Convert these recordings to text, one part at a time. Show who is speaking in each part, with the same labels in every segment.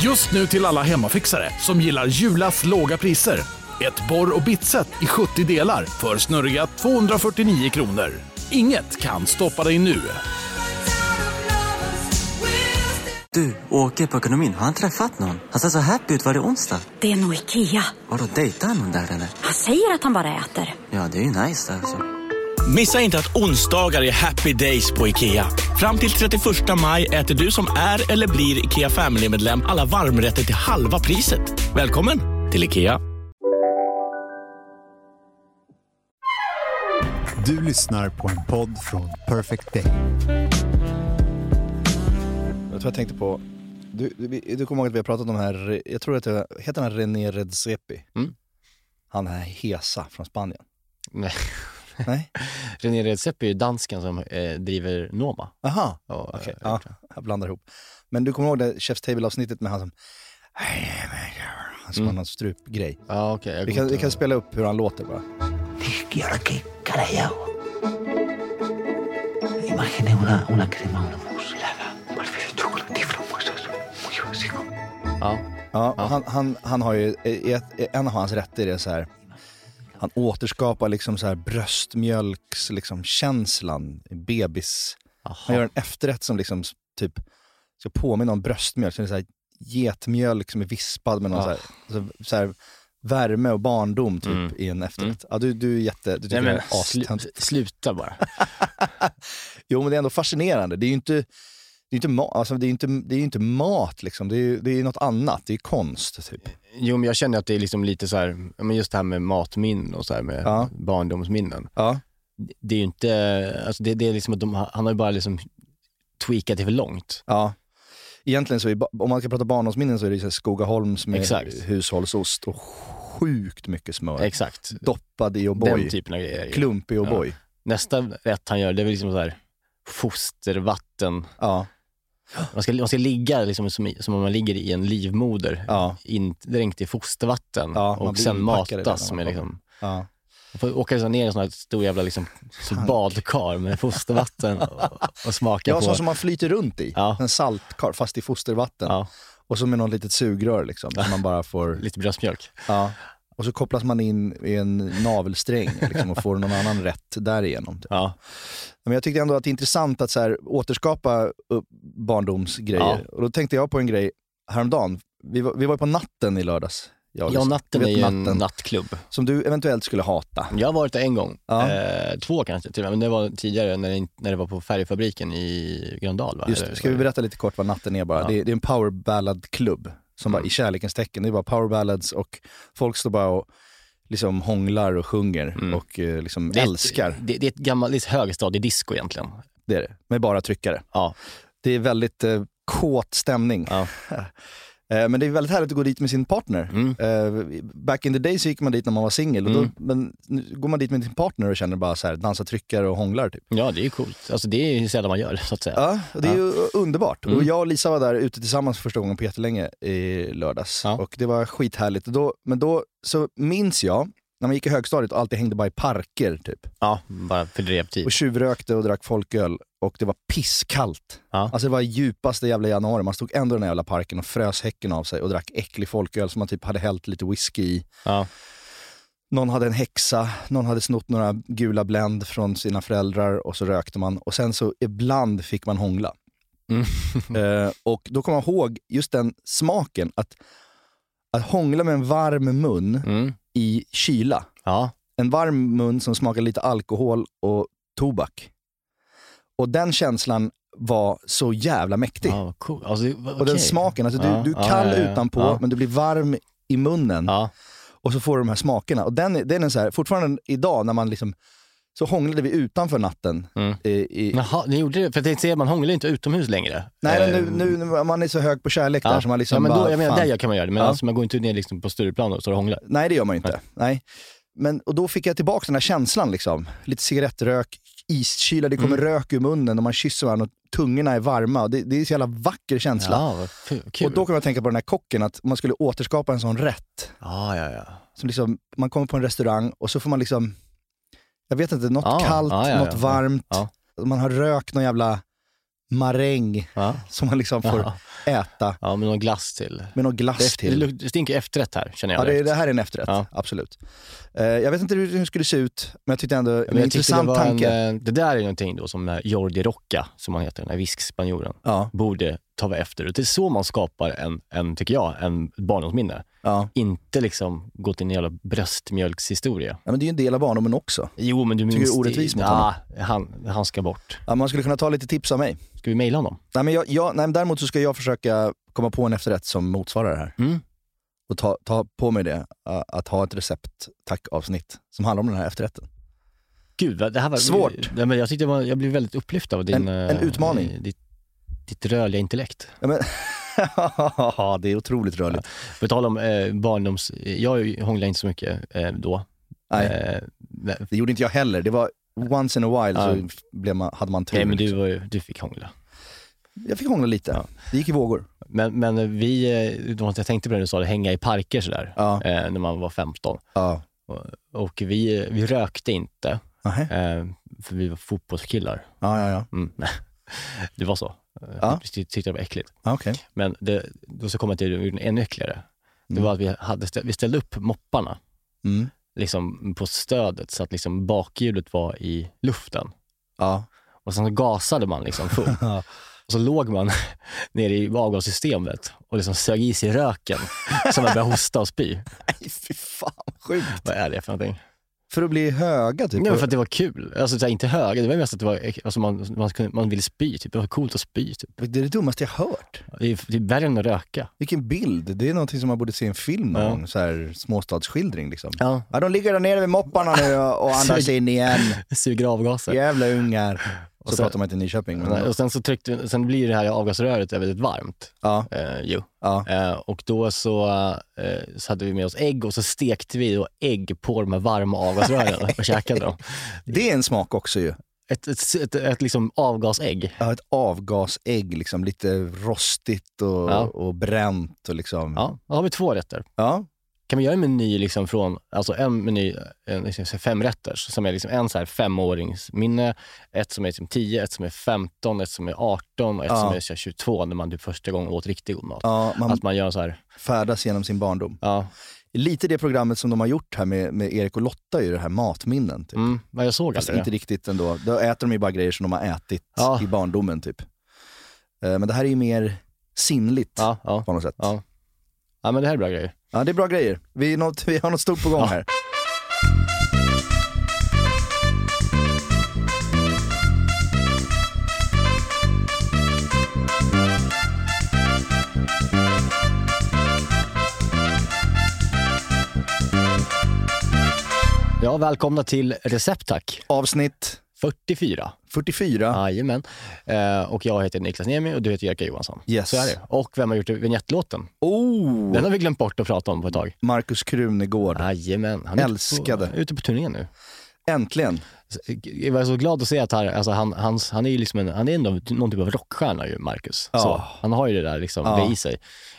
Speaker 1: Just nu till alla hemmafixare som gillar Julas låga priser. Ett borr och bitset i 70 delar för snurriga 249 kronor. Inget kan stoppa dig nu.
Speaker 2: Du, åker på ekonomin. Har han träffat någon? Han ser så happy ut. Var det onsdag?
Speaker 3: Det är nog Ikea.
Speaker 2: Har du dejtar han någon där eller?
Speaker 3: Han säger att han bara äter.
Speaker 2: Ja, det är ju nice där alltså.
Speaker 4: Missa inte att onsdagar är happy days på IKEA. Fram till 31 maj äter du som är eller blir IKEA Family-medlem alla varmrätter till halva priset. Välkommen till IKEA.
Speaker 5: Du lyssnar på en podd från Perfect Day.
Speaker 6: Vet du vad jag tänkte på? Du, du, vi- du kommer ihåg att vi har pratat om den här, jag tror att det heter han René Redzepi?
Speaker 7: Mm.
Speaker 6: Han här hesa från Spanien.
Speaker 7: Nej.
Speaker 6: Nej?
Speaker 7: René Redzepi är ju dansken som eh, driver Noma.
Speaker 6: Aha,
Speaker 7: Och,
Speaker 6: okej.
Speaker 7: eh,
Speaker 6: Ja, jag blandar ihop. Men du kommer ihåg det Chef's Table-avsnittet med han som... Han som har någon strupgrej.
Speaker 7: Ja, okej. Mm. jag
Speaker 6: Vi
Speaker 7: kommer
Speaker 6: kan,
Speaker 7: inte
Speaker 6: vi kan
Speaker 7: ihåg.
Speaker 6: spela upp hur han låter bara.
Speaker 8: que ahora que carayao. Imagine una, una crema, una muselada, un alfil de chocolate y frambuesas. Muy básico.
Speaker 7: Ja.
Speaker 6: Ja, och Han, han, han har ju, i ett- i en av hans rätter är så här, han återskapar liksom så här bröstmjölks, liksom känslan, bebis. Han gör en efterrätt som liksom s- typ ska påminna om bröstmjölk. Så det är så här getmjölk som är vispad med någon så, här, så, så här värme och barndom typ i en efterrätt. Ja, du, du är jätte, du
Speaker 7: Mm. Nej,
Speaker 6: tycker
Speaker 7: men
Speaker 6: det är astöntigt.
Speaker 7: slu, sluta bara.
Speaker 6: Jo men det är ändå fascinerande. Det är ju inte, det är inte, ma- alltså, det är inte, det är ju inte mat liksom. Det är, ju- det är något annat. Det är konst typ.
Speaker 7: Jo, men jag känner att det är liksom lite så här, ja, men just det här med matminnen och så här med
Speaker 6: Ja.
Speaker 7: barndomsminnen.
Speaker 6: Ja.
Speaker 7: Det är ju inte, alltså det, det är liksom att de, han har ju bara liksom tweakat det för långt.
Speaker 6: Ja. Egentligen så, är, ba- om man ska prata barndomsminnen så är det ju så här Skogaholms med
Speaker 7: Exakt.
Speaker 6: hushållsost och sjukt mycket smör.
Speaker 7: Exakt.
Speaker 6: Doppad i
Speaker 7: Den typ
Speaker 6: O'boy.
Speaker 7: typen av grejer.
Speaker 6: Klump i O'boy.
Speaker 7: Nästa rätt han gör, det är väl liksom så här fostervatten.
Speaker 6: Ja.
Speaker 7: Man ska, man ska ligga liksom som, i- som om man ligger i en livmoder,
Speaker 6: Ja,
Speaker 7: indränkt i fostervatten
Speaker 6: Ja, man
Speaker 7: och
Speaker 6: blir
Speaker 7: sen
Speaker 6: inpackad i det
Speaker 7: matas
Speaker 6: när man
Speaker 7: med
Speaker 6: kommer.
Speaker 7: liksom...
Speaker 6: ja.
Speaker 7: Man får åka så ner i sån här stor jävla liksom, så badkar med fostervatten och, och smaka
Speaker 6: ja
Speaker 7: på.
Speaker 6: sån som man flyter runt i.
Speaker 7: Ja.
Speaker 6: En saltkar fast i fostervatten.
Speaker 7: Ja,
Speaker 6: Och så med något litet sugrör liksom. Som man bara får...
Speaker 7: lite bröstmjölk.
Speaker 6: Ja. Och så kopplas man in i en navelsträng liksom, och får någon annan rätt därigenom. Typ.
Speaker 7: Ja.
Speaker 6: Men jag tyckte ändå att det är intressant att så här, återskapa upp barndomsgrejer. Och då tänkte jag på en grej häromdagen. Vi var, vi var på natten i lördags. Jag och
Speaker 7: Ja,
Speaker 6: Lisa.
Speaker 7: natten
Speaker 6: Du
Speaker 7: är
Speaker 6: vet
Speaker 7: ju en nattklubb.
Speaker 6: Som du eventuellt skulle hata.
Speaker 7: Jag har varit där en gång,
Speaker 6: Ja.
Speaker 7: eh, två kanske till och med, men det var tidigare när det, när det var på färgfabriken i Gröndal. Va?
Speaker 6: Just det.
Speaker 7: Eller-
Speaker 6: Ska vi berätta lite kort vad natten är bara?
Speaker 7: Ja. Mm.
Speaker 6: Det, är, det är en power ballad-klubb som bara i kärlekens tecken. Det är bara power ballads och folk står bara och liksom hånglar och sjunger och eh, liksom
Speaker 7: Mm. Det är ett-
Speaker 6: älskar.
Speaker 7: Det, det är ett gammalt det är ett högstadiedisco egentligen.
Speaker 6: Det är det. Med bara tryckare.
Speaker 7: Ja.
Speaker 6: Det är väldigt eh, kåt stämning.
Speaker 7: Ja.
Speaker 6: Eh, Men det är väldigt härligt att gå dit med sin partner.
Speaker 7: Mm.
Speaker 6: Eh, Back in the day så gick man dit när man var singel. och då- Men nu går man dit med sin partner och känner bara så här, dansa tryckare och hånglar typ.
Speaker 7: Ja, det är ju coolt. Alltså det är ju sällan man gör, så att säga.
Speaker 6: Ja, och det är ju underbart. Och
Speaker 7: Mm.
Speaker 6: jag och Lisa var där ute tillsammans för första gången på jättelänge i lördags.
Speaker 7: Ja.
Speaker 6: Och det var skithärligt. Och Då, men då så minns jag, när man gick i högstadiet och alltid hängde bara i parker typ.
Speaker 7: Ja, bara fördrev tid.
Speaker 6: Och tjuvrökte och drack folköl och det var pisskallt.
Speaker 7: Ja.
Speaker 6: Alltså det var djupaste jävla januari. Man stod ändå i den här jävla parken och frös häcken av sig och drack äcklig folköl som man typ hade hällt lite whisky i.
Speaker 7: Ja.
Speaker 6: Någon hade en häxa, någon hade snott några gula Blend från sina föräldrar och så rökte man. Och sen så ibland fick man hångla.
Speaker 7: Mm.
Speaker 6: eh, och då kommer jag ihåg just den smaken, att, att hångla med en varm mun
Speaker 7: Mm.
Speaker 6: i kyla
Speaker 7: Ja,
Speaker 6: en varm mun som smakar lite alkohol och tobak. Och den känslan var så jävla mäktig.
Speaker 7: ja vad cool. Alltså, det-
Speaker 6: Och den
Speaker 7: okej.
Speaker 6: smaken, alltså du,
Speaker 7: Ja,
Speaker 6: du är
Speaker 7: ja,
Speaker 6: kall
Speaker 7: ja, ja.
Speaker 6: utanpå
Speaker 7: Ja.
Speaker 6: men du blir varm i munnen
Speaker 7: Ja,
Speaker 6: och så får du de här smakerna. Och den, den är så här, fortfarande idag när man liksom, så hånglade vi utanför natten.
Speaker 7: Mm.
Speaker 6: I, i,
Speaker 7: Jaha, ni gjorde det? För jag tänkte säga, man hånglar ju inte utomhus längre.
Speaker 6: nej men
Speaker 7: Eh,
Speaker 6: nu, nu, nu, man är så hög på kärlek där så man liksom
Speaker 7: ja, men då,
Speaker 6: bara,
Speaker 7: jag menar,
Speaker 6: fan.
Speaker 7: där kan man göra det, men
Speaker 6: Ja.
Speaker 7: alltså, man går inte ner liksom på Stureplan och står och hånglar.
Speaker 6: Nej, det gör man ju inte. Nej. Men, och då fick jag tillbaka den här känslan. Liksom. Lite cigarettrök, iskyla, det
Speaker 7: Mm.
Speaker 6: kommer rök ur munnen och man kysser varandra och tungorna är varma. Och Det, det är en så jävla vacker känsla.
Speaker 7: Ja, vad fu- kul.
Speaker 6: och då kom jag att tänka på den här kocken, att om man skulle återskapa en sån rätt.
Speaker 7: ja, ja, ja.
Speaker 6: Som liksom, man kommer på en restaurang och så får man liksom, jag vet inte, något
Speaker 7: Ja,
Speaker 6: kallt,
Speaker 7: Ah, ja, ja,
Speaker 6: något
Speaker 7: ja.
Speaker 6: varmt.
Speaker 7: Ja.
Speaker 6: Man har rökt någon jävla maräng
Speaker 7: Ja.
Speaker 6: som man liksom får
Speaker 7: Ja.
Speaker 6: äta
Speaker 7: Ja, men någon glass till.
Speaker 6: med någon glass
Speaker 7: Det, det,
Speaker 6: till.
Speaker 7: luk- det stinker efterrätt här, känner jag
Speaker 6: Ja, det,
Speaker 7: direkt.
Speaker 6: det här är en efterrätt,
Speaker 7: Ja.
Speaker 6: absolut. Eh, jag vet inte hur hur det skulle se ut, men jag tyckte ändå det var en
Speaker 7: Men jag tyckte det
Speaker 6: intressant
Speaker 7: var
Speaker 6: tanke.
Speaker 7: En, eh, det där är någonting då som eh, Jordi Rocca, som han heter, den här viskspanjoren,
Speaker 6: Ja,
Speaker 7: borde ta efter. Och Det är så man skapar en, en tycker jag, en barndomsminne.
Speaker 6: ja.
Speaker 7: Inte liksom gå till en jävla bröstmjölkshistoria.
Speaker 6: ja, men det är ju en del av barndomen också.
Speaker 7: Jo, men du minns...
Speaker 6: Tycker du är orättvis mot
Speaker 7: ja, han, han ska bort.
Speaker 6: Ja, man skulle kunna ta lite tips av mig.
Speaker 7: Ska vi mejla honom?
Speaker 6: Nej, men jag, jag, nej, men däremot så ska jag försöka komma på en efterrätt som motsvarar det här.
Speaker 7: Mm.
Speaker 6: Och ta, ta på mig det, a- att ha ett recept avsnitt som handlar om den här efterrätten.
Speaker 7: Gud, vad- det här var...
Speaker 6: Svårt.
Speaker 7: Nej, men jag, tyckte det var, jag blev väldigt upplyft av din...
Speaker 6: En- en
Speaker 7: eh,
Speaker 6: utmaning.
Speaker 7: Ditt, ditt rörliga intellekt.
Speaker 6: Ja, men, det är otroligt rörligt.
Speaker 7: På tal om eh, barndoms... Jag hånglade inte så mycket eh, då.
Speaker 6: Nej,
Speaker 7: Eh, nej,
Speaker 6: det gjorde inte jag heller. Det var once in a while
Speaker 7: Ja.
Speaker 6: så blev man, hade man tur.
Speaker 7: nej, men du,
Speaker 6: liksom.
Speaker 7: var ju, du fick hångla.
Speaker 6: Jag fick hångla lite. Det gick i vågor.
Speaker 7: Men, men vi, eh, det var inte- jag tänkte på det du sa, det, hänga i parker sådär,
Speaker 6: Ja.
Speaker 7: eh, när man var 15.
Speaker 6: Ja.
Speaker 7: Och vi, eh, vi rökte inte,
Speaker 6: Nähä.
Speaker 7: eh, för vi var fotbollskillar.
Speaker 6: Ja, ja, ja.
Speaker 7: Mm. nej. Det var så. Eh,
Speaker 6: Ja.
Speaker 7: Vi tyckte det var äckligt.
Speaker 6: ja okej.
Speaker 7: Men det, då så kom jag till det vi gjorde ännu äckligare. Det
Speaker 6: Mm.
Speaker 7: var att vi, hade stä- vi ställde upp mopparna
Speaker 6: Mm.
Speaker 7: liksom, på stödet så att liksom, bakhjulet var i luften.
Speaker 6: Ja.
Speaker 7: Och sen så gasade man liksom full. Och så låg man nere i avgassystemet och liksom sög i sig röken så man började hosta och spy.
Speaker 6: Nej, fy fan vad sjukt.
Speaker 7: Vad är det för någonting?
Speaker 6: För att bli höga typ.
Speaker 7: Nej, men för att det var kul. Alltså så här, inte höga, det var mest att det var, alltså, man, man, kunde, man ville spy. Typ. Det var coolt att spy. Typ.
Speaker 6: Det är det dummaste jag hört.
Speaker 7: Det, är, det är värre än att röka.
Speaker 6: Vilken bild. Det är någonting som man borde se i en film någon
Speaker 7: Ja.
Speaker 6: gång. Så här småstadsskildring liksom.
Speaker 7: Ja.
Speaker 6: Ja, de ligger där nere vid mopparna nu och andas in igen.
Speaker 7: Suger avgaser.
Speaker 6: Jävla ungar. Så,
Speaker 7: så-
Speaker 6: pratar man inte i Nyköping. Men,
Speaker 7: Och sen, så tryckte, sen blir det här avgasröret väldigt varmt.
Speaker 6: ja,
Speaker 7: Eh, jo.
Speaker 6: ja.
Speaker 7: Eh, och då så, eh, så hade vi med oss ägg och så stekte vi då ägg på de här varma avgasrören och käkade dem.
Speaker 6: Det är en smak också ju.
Speaker 7: Ett, ett, ett, ett liksom avgasägg.
Speaker 6: Ja, ett avgasägg, liksom, lite rostigt och,
Speaker 7: Ja.
Speaker 6: och bränt. Och liksom. ja.
Speaker 7: Ja, då har vi två rätter. Kan vi göra en meny liksom från, alltså en meny, en, liksom, fem rätter som är liksom en så här femåringsminne, ett som är liksom 10, ett som är 15, ett som är 18 och ett
Speaker 6: Ja.
Speaker 7: som är så här, 22 när man typ första gången åt riktigt god mat.
Speaker 6: Ja, man
Speaker 7: Att man gör så här,
Speaker 6: färdas genom sin barndom.
Speaker 7: ja,
Speaker 6: Lite det programmet som de har gjort här med, med Erik och Lotta, ju det här matminnen. Typ.
Speaker 7: mm, men jag såg
Speaker 6: Fast
Speaker 7: aldrig
Speaker 6: inte
Speaker 7: det.
Speaker 6: riktigt ändå. Då äter de ju bara grejer som de har ätit
Speaker 7: Ja.
Speaker 6: i barndomen. typ. Eh, Men det här är ju mer sinnligt
Speaker 7: Ja, ja,
Speaker 6: på något sätt.
Speaker 7: ja. ja, men det här är bra grejer.
Speaker 6: Ja, det är bra grejer. Vi, är något, vi har något stort på gång här.
Speaker 7: Ja, välkomna till Recept tack.
Speaker 6: Avsnitt
Speaker 7: 44.
Speaker 6: 44.
Speaker 7: Jajamän. Eh, och jag heter Niklas Niemi och du heter Jerka Johansson.
Speaker 6: Yes.
Speaker 7: Så är det. Och vem har gjort vinjettlåten?
Speaker 6: Oh!
Speaker 7: Den har vi glömt bort att prata om på ett tag.
Speaker 6: Markus Krunegård.
Speaker 7: Jajamän. Han är
Speaker 6: Älskade.
Speaker 7: Ute på, ute på turné nu.
Speaker 6: Äntligen.
Speaker 7: Så, Jag var så glad att se att han, alltså han, han, han är ju liksom en, han är ändå någon typ av rockstjärna ju, Marcus.
Speaker 6: Ja.
Speaker 7: Så, han har ju det där liksom,
Speaker 6: Ja.
Speaker 7: det i sig.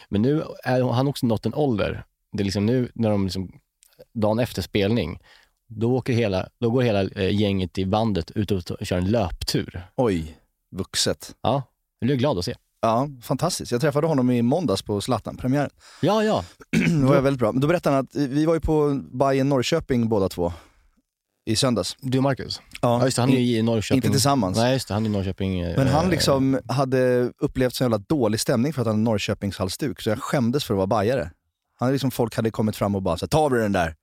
Speaker 7: Men nu är han också nått en ålder. Det är liksom nu när de liksom, dagen efter spelning, då, åker hela, då går hela eh, gänget i bandet ut och, och kör en löptur.
Speaker 6: Oj, vuxet.
Speaker 7: Ja, det blir jag glad att se.
Speaker 6: Ja, fantastiskt. Jag träffade honom i måndags på Zlatan-premiären.
Speaker 7: Ja, ja.
Speaker 6: Det var väldigt bra. Men då berättade han att eh, vi var ju på Bayern Norrköping båda två i söndags.
Speaker 7: Du och Marcus? Ja, just det, han är ju i Norrköping.
Speaker 6: Inte tillsammans.
Speaker 7: Nej, just det, han är i Norrköping. eh,
Speaker 6: Men han liksom hade upplevt så jävla dålig stämning för att han hade Norrköpingshalsduk, så jag skämdes för att vara bajare. Han liksom, folk hade kommit fram och bara så här, ta av dig den där.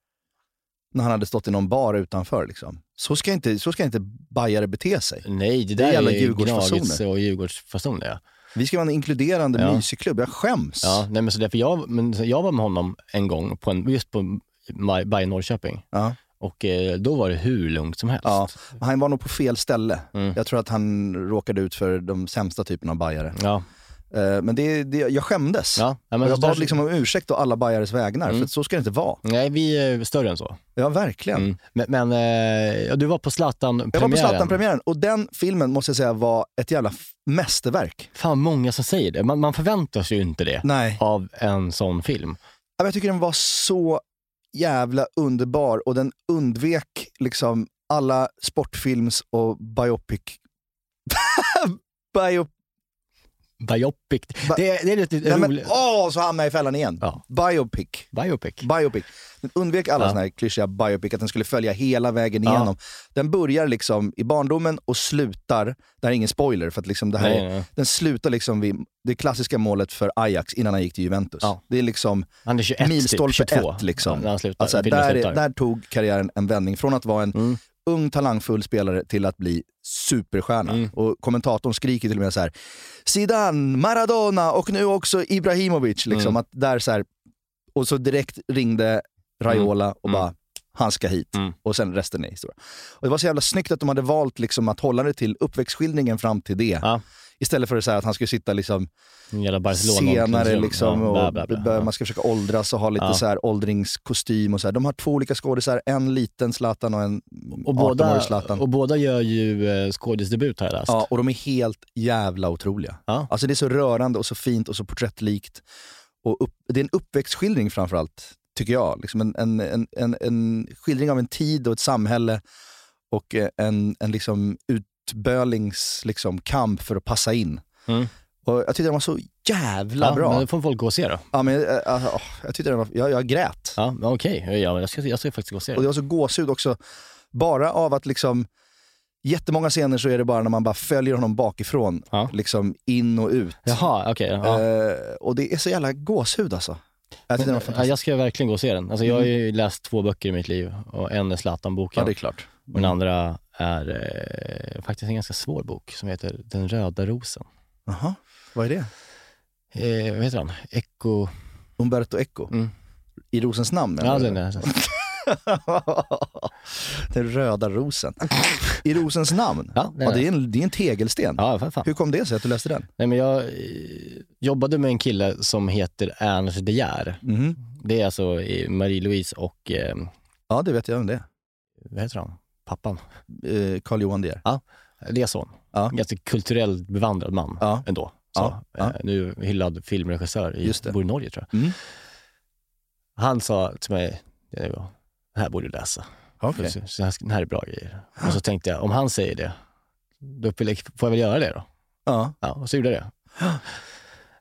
Speaker 6: När han hade stått i någon bar utanför. Liksom. Så, ska inte, så ska inte bajare bete sig.
Speaker 7: Nej, det där
Speaker 6: Det är alla
Speaker 7: är ju
Speaker 6: Djurgårdsfasoner.
Speaker 7: Gnagets och Djurgårdsfasoner. Ja.
Speaker 6: Vi ska vara en inkluderande
Speaker 7: Ja.
Speaker 6: mysig klubb. Jag skäms.
Speaker 7: Ja, nej, men så därför jag, men jag var med honom en gång, på en, just på Maj- Bajen Norrköping.
Speaker 6: Ja.
Speaker 7: Och eh, då var det hur lugnt som helst.
Speaker 6: Ja, han var nog på fel ställe.
Speaker 7: Mm.
Speaker 6: Jag tror att han råkade ut för de sämsta typerna av bajare.
Speaker 7: Ja,
Speaker 6: Eh, Men det, det, jag skämdes.
Speaker 7: ja. ja
Speaker 6: Och
Speaker 7: men
Speaker 6: jag
Speaker 7: så
Speaker 6: bad
Speaker 7: där-
Speaker 6: liksom om ursäkt å alla bajares vägnar, för
Speaker 7: Mm.
Speaker 6: att så ska det inte vara.
Speaker 7: Nej, vi är större än så.
Speaker 6: Ja, verkligen.
Speaker 7: Mm. Men, men eh, ja, du var på Zlatan-premiären.
Speaker 6: Jag var på Zlatan-premiären och den filmen måste jag säga var ett jävla f- mästerverk.
Speaker 7: Fan, många som säger det. Man, man förväntar sig ju inte det
Speaker 6: Nej.
Speaker 7: av en sån film.
Speaker 6: Ja, men Jag tycker den var så jävla underbar och den undvek liksom alla sportfilms och biopic... Bio,
Speaker 7: Biopic. det, det är lite
Speaker 6: Nej, men,
Speaker 7: roligt.
Speaker 6: åh, så hamnade jag i fällan igen.
Speaker 7: Ja.
Speaker 6: Biopic.
Speaker 7: Biopic.
Speaker 6: Biopic. Den undvek alla
Speaker 7: Ja.
Speaker 6: såna här klyschiga biopic, att den skulle följa hela vägen
Speaker 7: Ja.
Speaker 6: igenom. Den börjar liksom i barndomen och slutar, det här är ingen spoiler, för att liksom det här
Speaker 7: Nej,
Speaker 6: är,
Speaker 7: nej.
Speaker 6: den slutar liksom vid det klassiska målet för Ajax innan han gick till Juventus.
Speaker 7: Ja.
Speaker 6: Det är liksom
Speaker 7: Han är 21
Speaker 6: milstolpe
Speaker 7: typ, 22.
Speaker 6: ett. Liksom.
Speaker 7: När han slutar.
Speaker 6: alltså,
Speaker 7: filmen
Speaker 6: där,
Speaker 7: slutar.
Speaker 6: är- där tog karriären en vändning. Från att vara en
Speaker 7: Mm.
Speaker 6: ung talangfull spelare till att bli superstjärna.
Speaker 7: Mm.
Speaker 6: Och kommentatorn skriker till och med så här Zidane, Maradona och nu också Ibrahimovic. Liksom,
Speaker 7: Mm.
Speaker 6: att där så här, och så direkt ringde Raiola och
Speaker 7: Mm.
Speaker 6: bara han ska hit.
Speaker 7: Mm.
Speaker 6: Och sen resten är historia. Och det var så jävla snyggt att de hade valt liksom att hålla det till uppväxtskildringen fram till det.
Speaker 7: Ja.
Speaker 6: Istället för att, så här, att han skulle sitta liksom
Speaker 7: En jävla Barcelona.
Speaker 6: senare
Speaker 7: omklädningsrum.
Speaker 6: liksom,
Speaker 7: Ja,
Speaker 6: och
Speaker 7: bla, bla, bla.
Speaker 6: bör-
Speaker 7: Ja.
Speaker 6: man ska försöka åldras och ha lite
Speaker 7: Ja.
Speaker 6: så här åldringskostym. Och så här. De har två olika skådisar, en liten Zlatan och en
Speaker 7: och
Speaker 6: 18-årig
Speaker 7: båda,
Speaker 6: Zlatan.
Speaker 7: och båda gör ju eh, skådisdebut har jag läst.
Speaker 6: Ja, och de är helt jävla otroliga.
Speaker 7: Ja.
Speaker 6: Alltså det är så rörande och så fint och så porträttlikt. Och upp, det är en uppväxtskildring framförallt, tycker jag. Liksom en, en, en, en, en skildring av en tid och ett samhälle och eh, en, en liksom utbölings liksom, kamp för att passa in.
Speaker 7: Mm.
Speaker 6: Och jag tyckte den var så jävla
Speaker 7: Ja,
Speaker 6: bra.
Speaker 7: Men då får folk gå och se då.
Speaker 6: Ja, men, jag, jag, jag, tyckte den var, jag, jag grät.
Speaker 7: Ja, men okej. Ja, men jag, ska, jag ska faktiskt gå och se
Speaker 6: Och det
Speaker 7: det.
Speaker 6: var så gåshud också, bara av att liksom Jättemånga scener så är det bara när man bara följer honom bakifrån,
Speaker 7: Ja.
Speaker 6: liksom in och ut.
Speaker 7: Jaha, okej. ja.
Speaker 6: Eh, och det är så jävla gåshud alltså. Jag tyckte den var
Speaker 7: ja,
Speaker 6: fantastisk.
Speaker 7: eh,
Speaker 6: Mm.
Speaker 7: jag ska verkligen gå och se den. Alltså, jag har ju läst två böcker i mitt liv och en är Zlatan-boken.
Speaker 6: klart.
Speaker 7: Och den andra är eh, faktiskt en ganska svår bok som heter Den röda rosen.
Speaker 6: Jaha, vad är det?
Speaker 7: Eh, vad heter han? Eco...
Speaker 6: Umberto Eco?
Speaker 7: Mm.
Speaker 6: I rosens namn?
Speaker 7: Ja,
Speaker 6: eller?
Speaker 7: den är...
Speaker 6: den röda rosen. I rosens namn?
Speaker 7: Ja, det är
Speaker 6: det, är en, det är en tegelsten.
Speaker 7: Ja, fan, fan.
Speaker 6: Hur kom det sig att du läste den?
Speaker 7: Nej, men jag eh, jobbade med en kille som heter Ernst De Geer.
Speaker 6: Mhm.
Speaker 7: Det är alltså eh, Marie-Louise och, eh,
Speaker 6: Ja, det vet jag om det
Speaker 7: vad heter han? Pappan.
Speaker 6: är. Carl Johan De Geer.
Speaker 7: Det är son.
Speaker 6: Ja.
Speaker 7: En ganska kulturellt bevandrad man
Speaker 6: Ja.
Speaker 7: ändå. Så,
Speaker 6: Ja, ja.
Speaker 7: eh, Nu hyllad filmregissör i,
Speaker 6: Just det.
Speaker 7: bor i Norge tror jag.
Speaker 6: Mm.
Speaker 7: Han sa till mig, det var, det här borde du läsa.
Speaker 6: Okej.
Speaker 7: Så, så här, det här är bra grejer. Och så tänkte jag, om han säger det, då får jag får jag väl göra det då.
Speaker 6: Ja.
Speaker 7: Ja, och så gjorde jag det.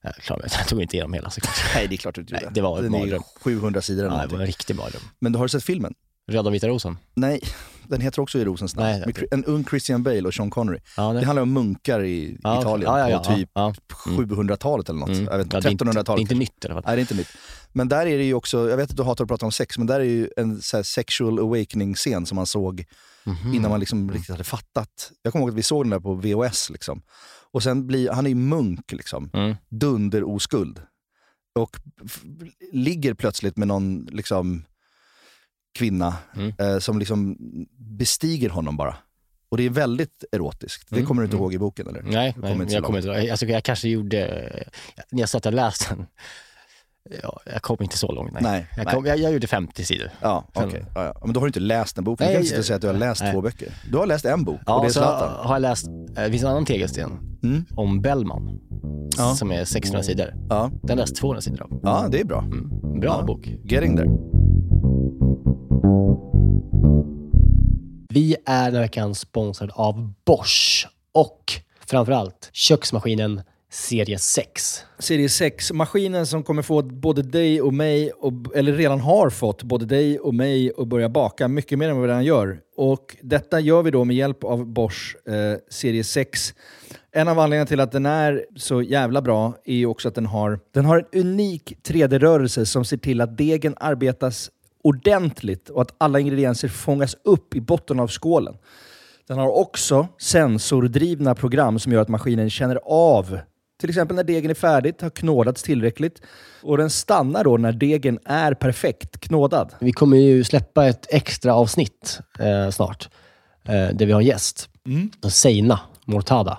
Speaker 7: Jag klarade mig, jag tog inte igenom hela såklart.
Speaker 6: Nej, det är klart du inte
Speaker 7: Nej, det var en
Speaker 6: Den är ju
Speaker 7: mardröm.
Speaker 6: 700 sidor eller
Speaker 7: Ja, det var en
Speaker 6: någonting.
Speaker 7: riktig mardröm.
Speaker 6: Men har du sett filmen?
Speaker 7: Röda vita rosen?
Speaker 6: Nej, den heter också I rosens namn.
Speaker 7: Nej, det-
Speaker 6: Med Chri- en ung Christian Bale och Sean Connery.
Speaker 7: Ja,
Speaker 6: Det handlar om munkar i
Speaker 7: Ja,
Speaker 6: Italien
Speaker 7: ja, ja,
Speaker 6: på
Speaker 7: ja,
Speaker 6: typ
Speaker 7: ja.
Speaker 6: 700-talet eller något.
Speaker 7: Mm.
Speaker 6: Jag vet inte,
Speaker 7: Ja, det är inte-
Speaker 6: 1300-talet.
Speaker 7: Det är inte nytt i alla fall.
Speaker 6: Nej, det är inte nytt. Men där är det ju också, jag vet att du hatar att prata om sex, men där är ju en så här sexual awakening-scen som man såg
Speaker 7: Mhm.
Speaker 6: innan man liksom riktigt hade fattat. Jag kommer ihåg att vi såg den där på VHS. Liksom. Och sen blir, han är ju munk, liksom.
Speaker 7: Mm.
Speaker 6: dunderoskuld. Och f- ligger plötsligt med någon liksom, kvinna
Speaker 7: Mm.
Speaker 6: eh, som liksom bestiger honom bara. Och det är väldigt erotiskt. Det
Speaker 7: Mm,
Speaker 6: kommer du inte
Speaker 7: mm.
Speaker 6: ihåg i boken eller?
Speaker 7: Nej,
Speaker 6: Du
Speaker 7: nej
Speaker 6: inte så
Speaker 7: jag kommer
Speaker 6: långt.
Speaker 7: inte Alltså, jag kanske gjorde, eh, när jag satt och läste den, ja, jag kom inte så långt. Nej.
Speaker 6: Nej,
Speaker 7: jag,
Speaker 6: nej.
Speaker 7: kom, jag, jag gjorde 50 sidor.
Speaker 6: Ja,
Speaker 7: Sen-
Speaker 6: okej. Ja, ja. Men då har du inte läst den boken.
Speaker 7: Nej,
Speaker 6: du kan inte sitta
Speaker 7: jag-
Speaker 6: och säga att du har läst
Speaker 7: nej.
Speaker 6: två böcker. Du har läst en bok
Speaker 7: Ja,
Speaker 6: och det är
Speaker 7: så
Speaker 6: Zlatan.
Speaker 7: har jag läst, eh, det finns en annan tegelsten
Speaker 6: Mm.
Speaker 7: om Bellman
Speaker 6: Ja.
Speaker 7: som är 600 sidor.
Speaker 6: Ja.
Speaker 7: Den har jag läst 200 sidor av.
Speaker 6: ja, det är bra.
Speaker 7: Mm. Bra
Speaker 6: Ja.
Speaker 7: bok.
Speaker 6: Getting there.
Speaker 9: Vi är den här veckan sponsrad av Bosch och framförallt köksmaskinen serie 6.
Speaker 10: Serie 6. Maskinen som kommer få både dig och mig, och, eller redan har fått både dig och mig att börja baka mycket mer än vad vi redan gör. Och detta gör vi då med hjälp av Bosch eh, Serie 6. En av anledningarna till att den är så jävla bra är ju också att den har, den har en unik 3D-rörelse som ser till att degen arbetas ordentligt och att alla ingredienser fångas upp i botten av skålen. Den har också sensordrivna program som gör att maskinen känner av till exempel när degen är färdigt, har knådats tillräckligt och den stannar då när degen är perfekt knådad.
Speaker 9: Vi kommer ju släppa ett extra avsnitt eh, snart eh, där vi har en gäst. Seina Mortada.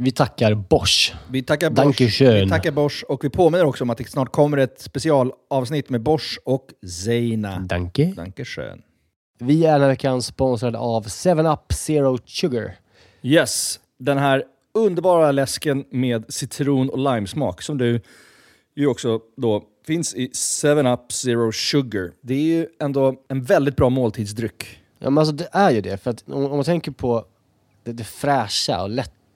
Speaker 7: Vi tackar Bosch.
Speaker 10: Vi tackar Bosch.
Speaker 7: Dankeschön.
Speaker 10: Vi tackar Bosch och vi påminner också om att det snart kommer ett specialavsnitt med Bosch och Zeina.
Speaker 7: Danke.
Speaker 10: Dankeschön.
Speaker 7: Vi är den här veckan sponsrade av 7up Zero Sugar.
Speaker 10: Yes, den här underbara läsken med citron och limesmak som du ju också då finns i 7-Up Zero Sugar. Det är ju ändå en väldigt bra måltidsdryck.
Speaker 7: Ja, men alltså det är ju det. För att om, om man tänker på det, det fräscha och lätta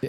Speaker 7: de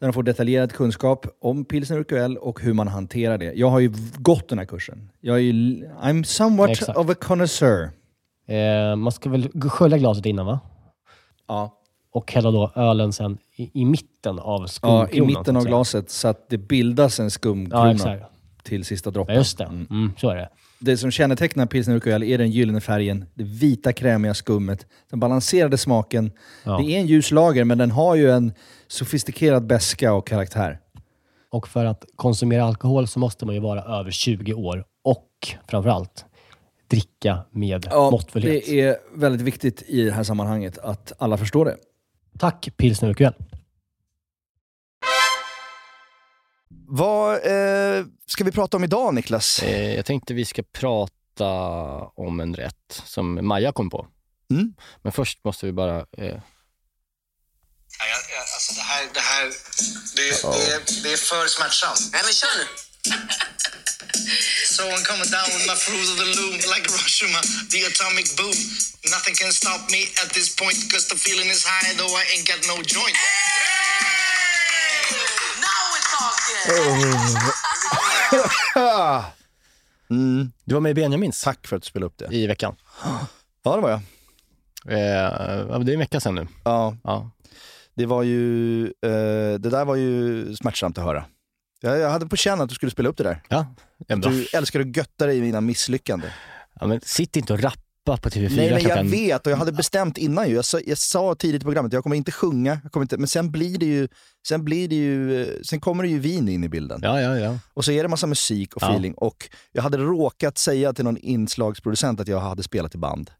Speaker 10: Där de får detaljerad kunskap om pilsner urquell och hur man hanterar det. Jag har ju gått den här kursen. Jag är ju, I'm somewhat
Speaker 7: Exakt.
Speaker 10: of a connoisseur.
Speaker 7: Eh, man ska väl g- skölja glaset innan va?
Speaker 10: Ja.
Speaker 7: Och hälla då ölen sen i, i mitten av
Speaker 10: Ja,
Speaker 7: skumkronan.
Speaker 10: I
Speaker 7: så
Speaker 10: mitten
Speaker 7: att
Speaker 10: av
Speaker 7: säga.
Speaker 10: glaset så att det bildas en
Speaker 7: Ja,
Speaker 10: skumkrona
Speaker 7: exakt.
Speaker 10: till sista
Speaker 7: Ja,
Speaker 10: droppen.
Speaker 7: just det. Mm, så är det.
Speaker 10: Det som kännetecknar pilsner urquell är den gyllene färgen, det vita krämiga skummet, den balanserade smaken.
Speaker 7: Ja.
Speaker 10: Det är en ljus lager, men den har ju en sofistikerad beska och karaktär.
Speaker 7: Och för att konsumera alkohol så måste man ju vara över 20 år och framförallt dricka med måttfullhet.
Speaker 10: det är väldigt viktigt i det här sammanhanget att alla förstår det.
Speaker 7: Tack Pilsner och kväll.
Speaker 6: Vad eh, ska vi prata om idag, Niklas?
Speaker 11: Eh, Jag tänkte vi ska prata om en rätt som Maja kom på.
Speaker 6: Mm.
Speaker 11: Men först måste vi bara... Eh,
Speaker 12: Nej, jag, jag, alltså det här, det här, det, det, är- det är för smärtsamt. Nej, men kör nu. So I'm coming down with my fruit of the loom like Hiroshima, the atomic boom. Nothing can stop me at this point because the feeling is high though I ain't got no joint. Now we're talking!
Speaker 11: du var med i Benjamins
Speaker 6: Tack för att du spelade upp det.
Speaker 11: i veckan.
Speaker 6: Ja, det var jag.
Speaker 11: Eh, ja, det är en vecka sedan nu.
Speaker 6: Ja.
Speaker 11: Ja.
Speaker 6: Det var ju... eh, det där var ju smärtsamt att höra. Jag, jag hade på känn att du skulle spela upp det där.
Speaker 7: Ja,
Speaker 6: du älskar att götta dig i mina misslyckanden.
Speaker 7: Ja, men sitt inte och rappa på TV4
Speaker 6: Nej, men jag
Speaker 7: klockan...
Speaker 6: vet och jag hade bestämt innan ju. Jag sa, jag sa tidigt i programmet, jag kommer inte sjunga, jag kommer inte, men sen blir det ju, sen blir det ju, eh, sen kommer det ju vin in i bilden.
Speaker 7: Ja, ja, ja.
Speaker 6: Och så är det massa musik och
Speaker 7: Ja.
Speaker 6: feeling och jag hade råkat säga till någon inslagsproducent att jag hade spelat i band.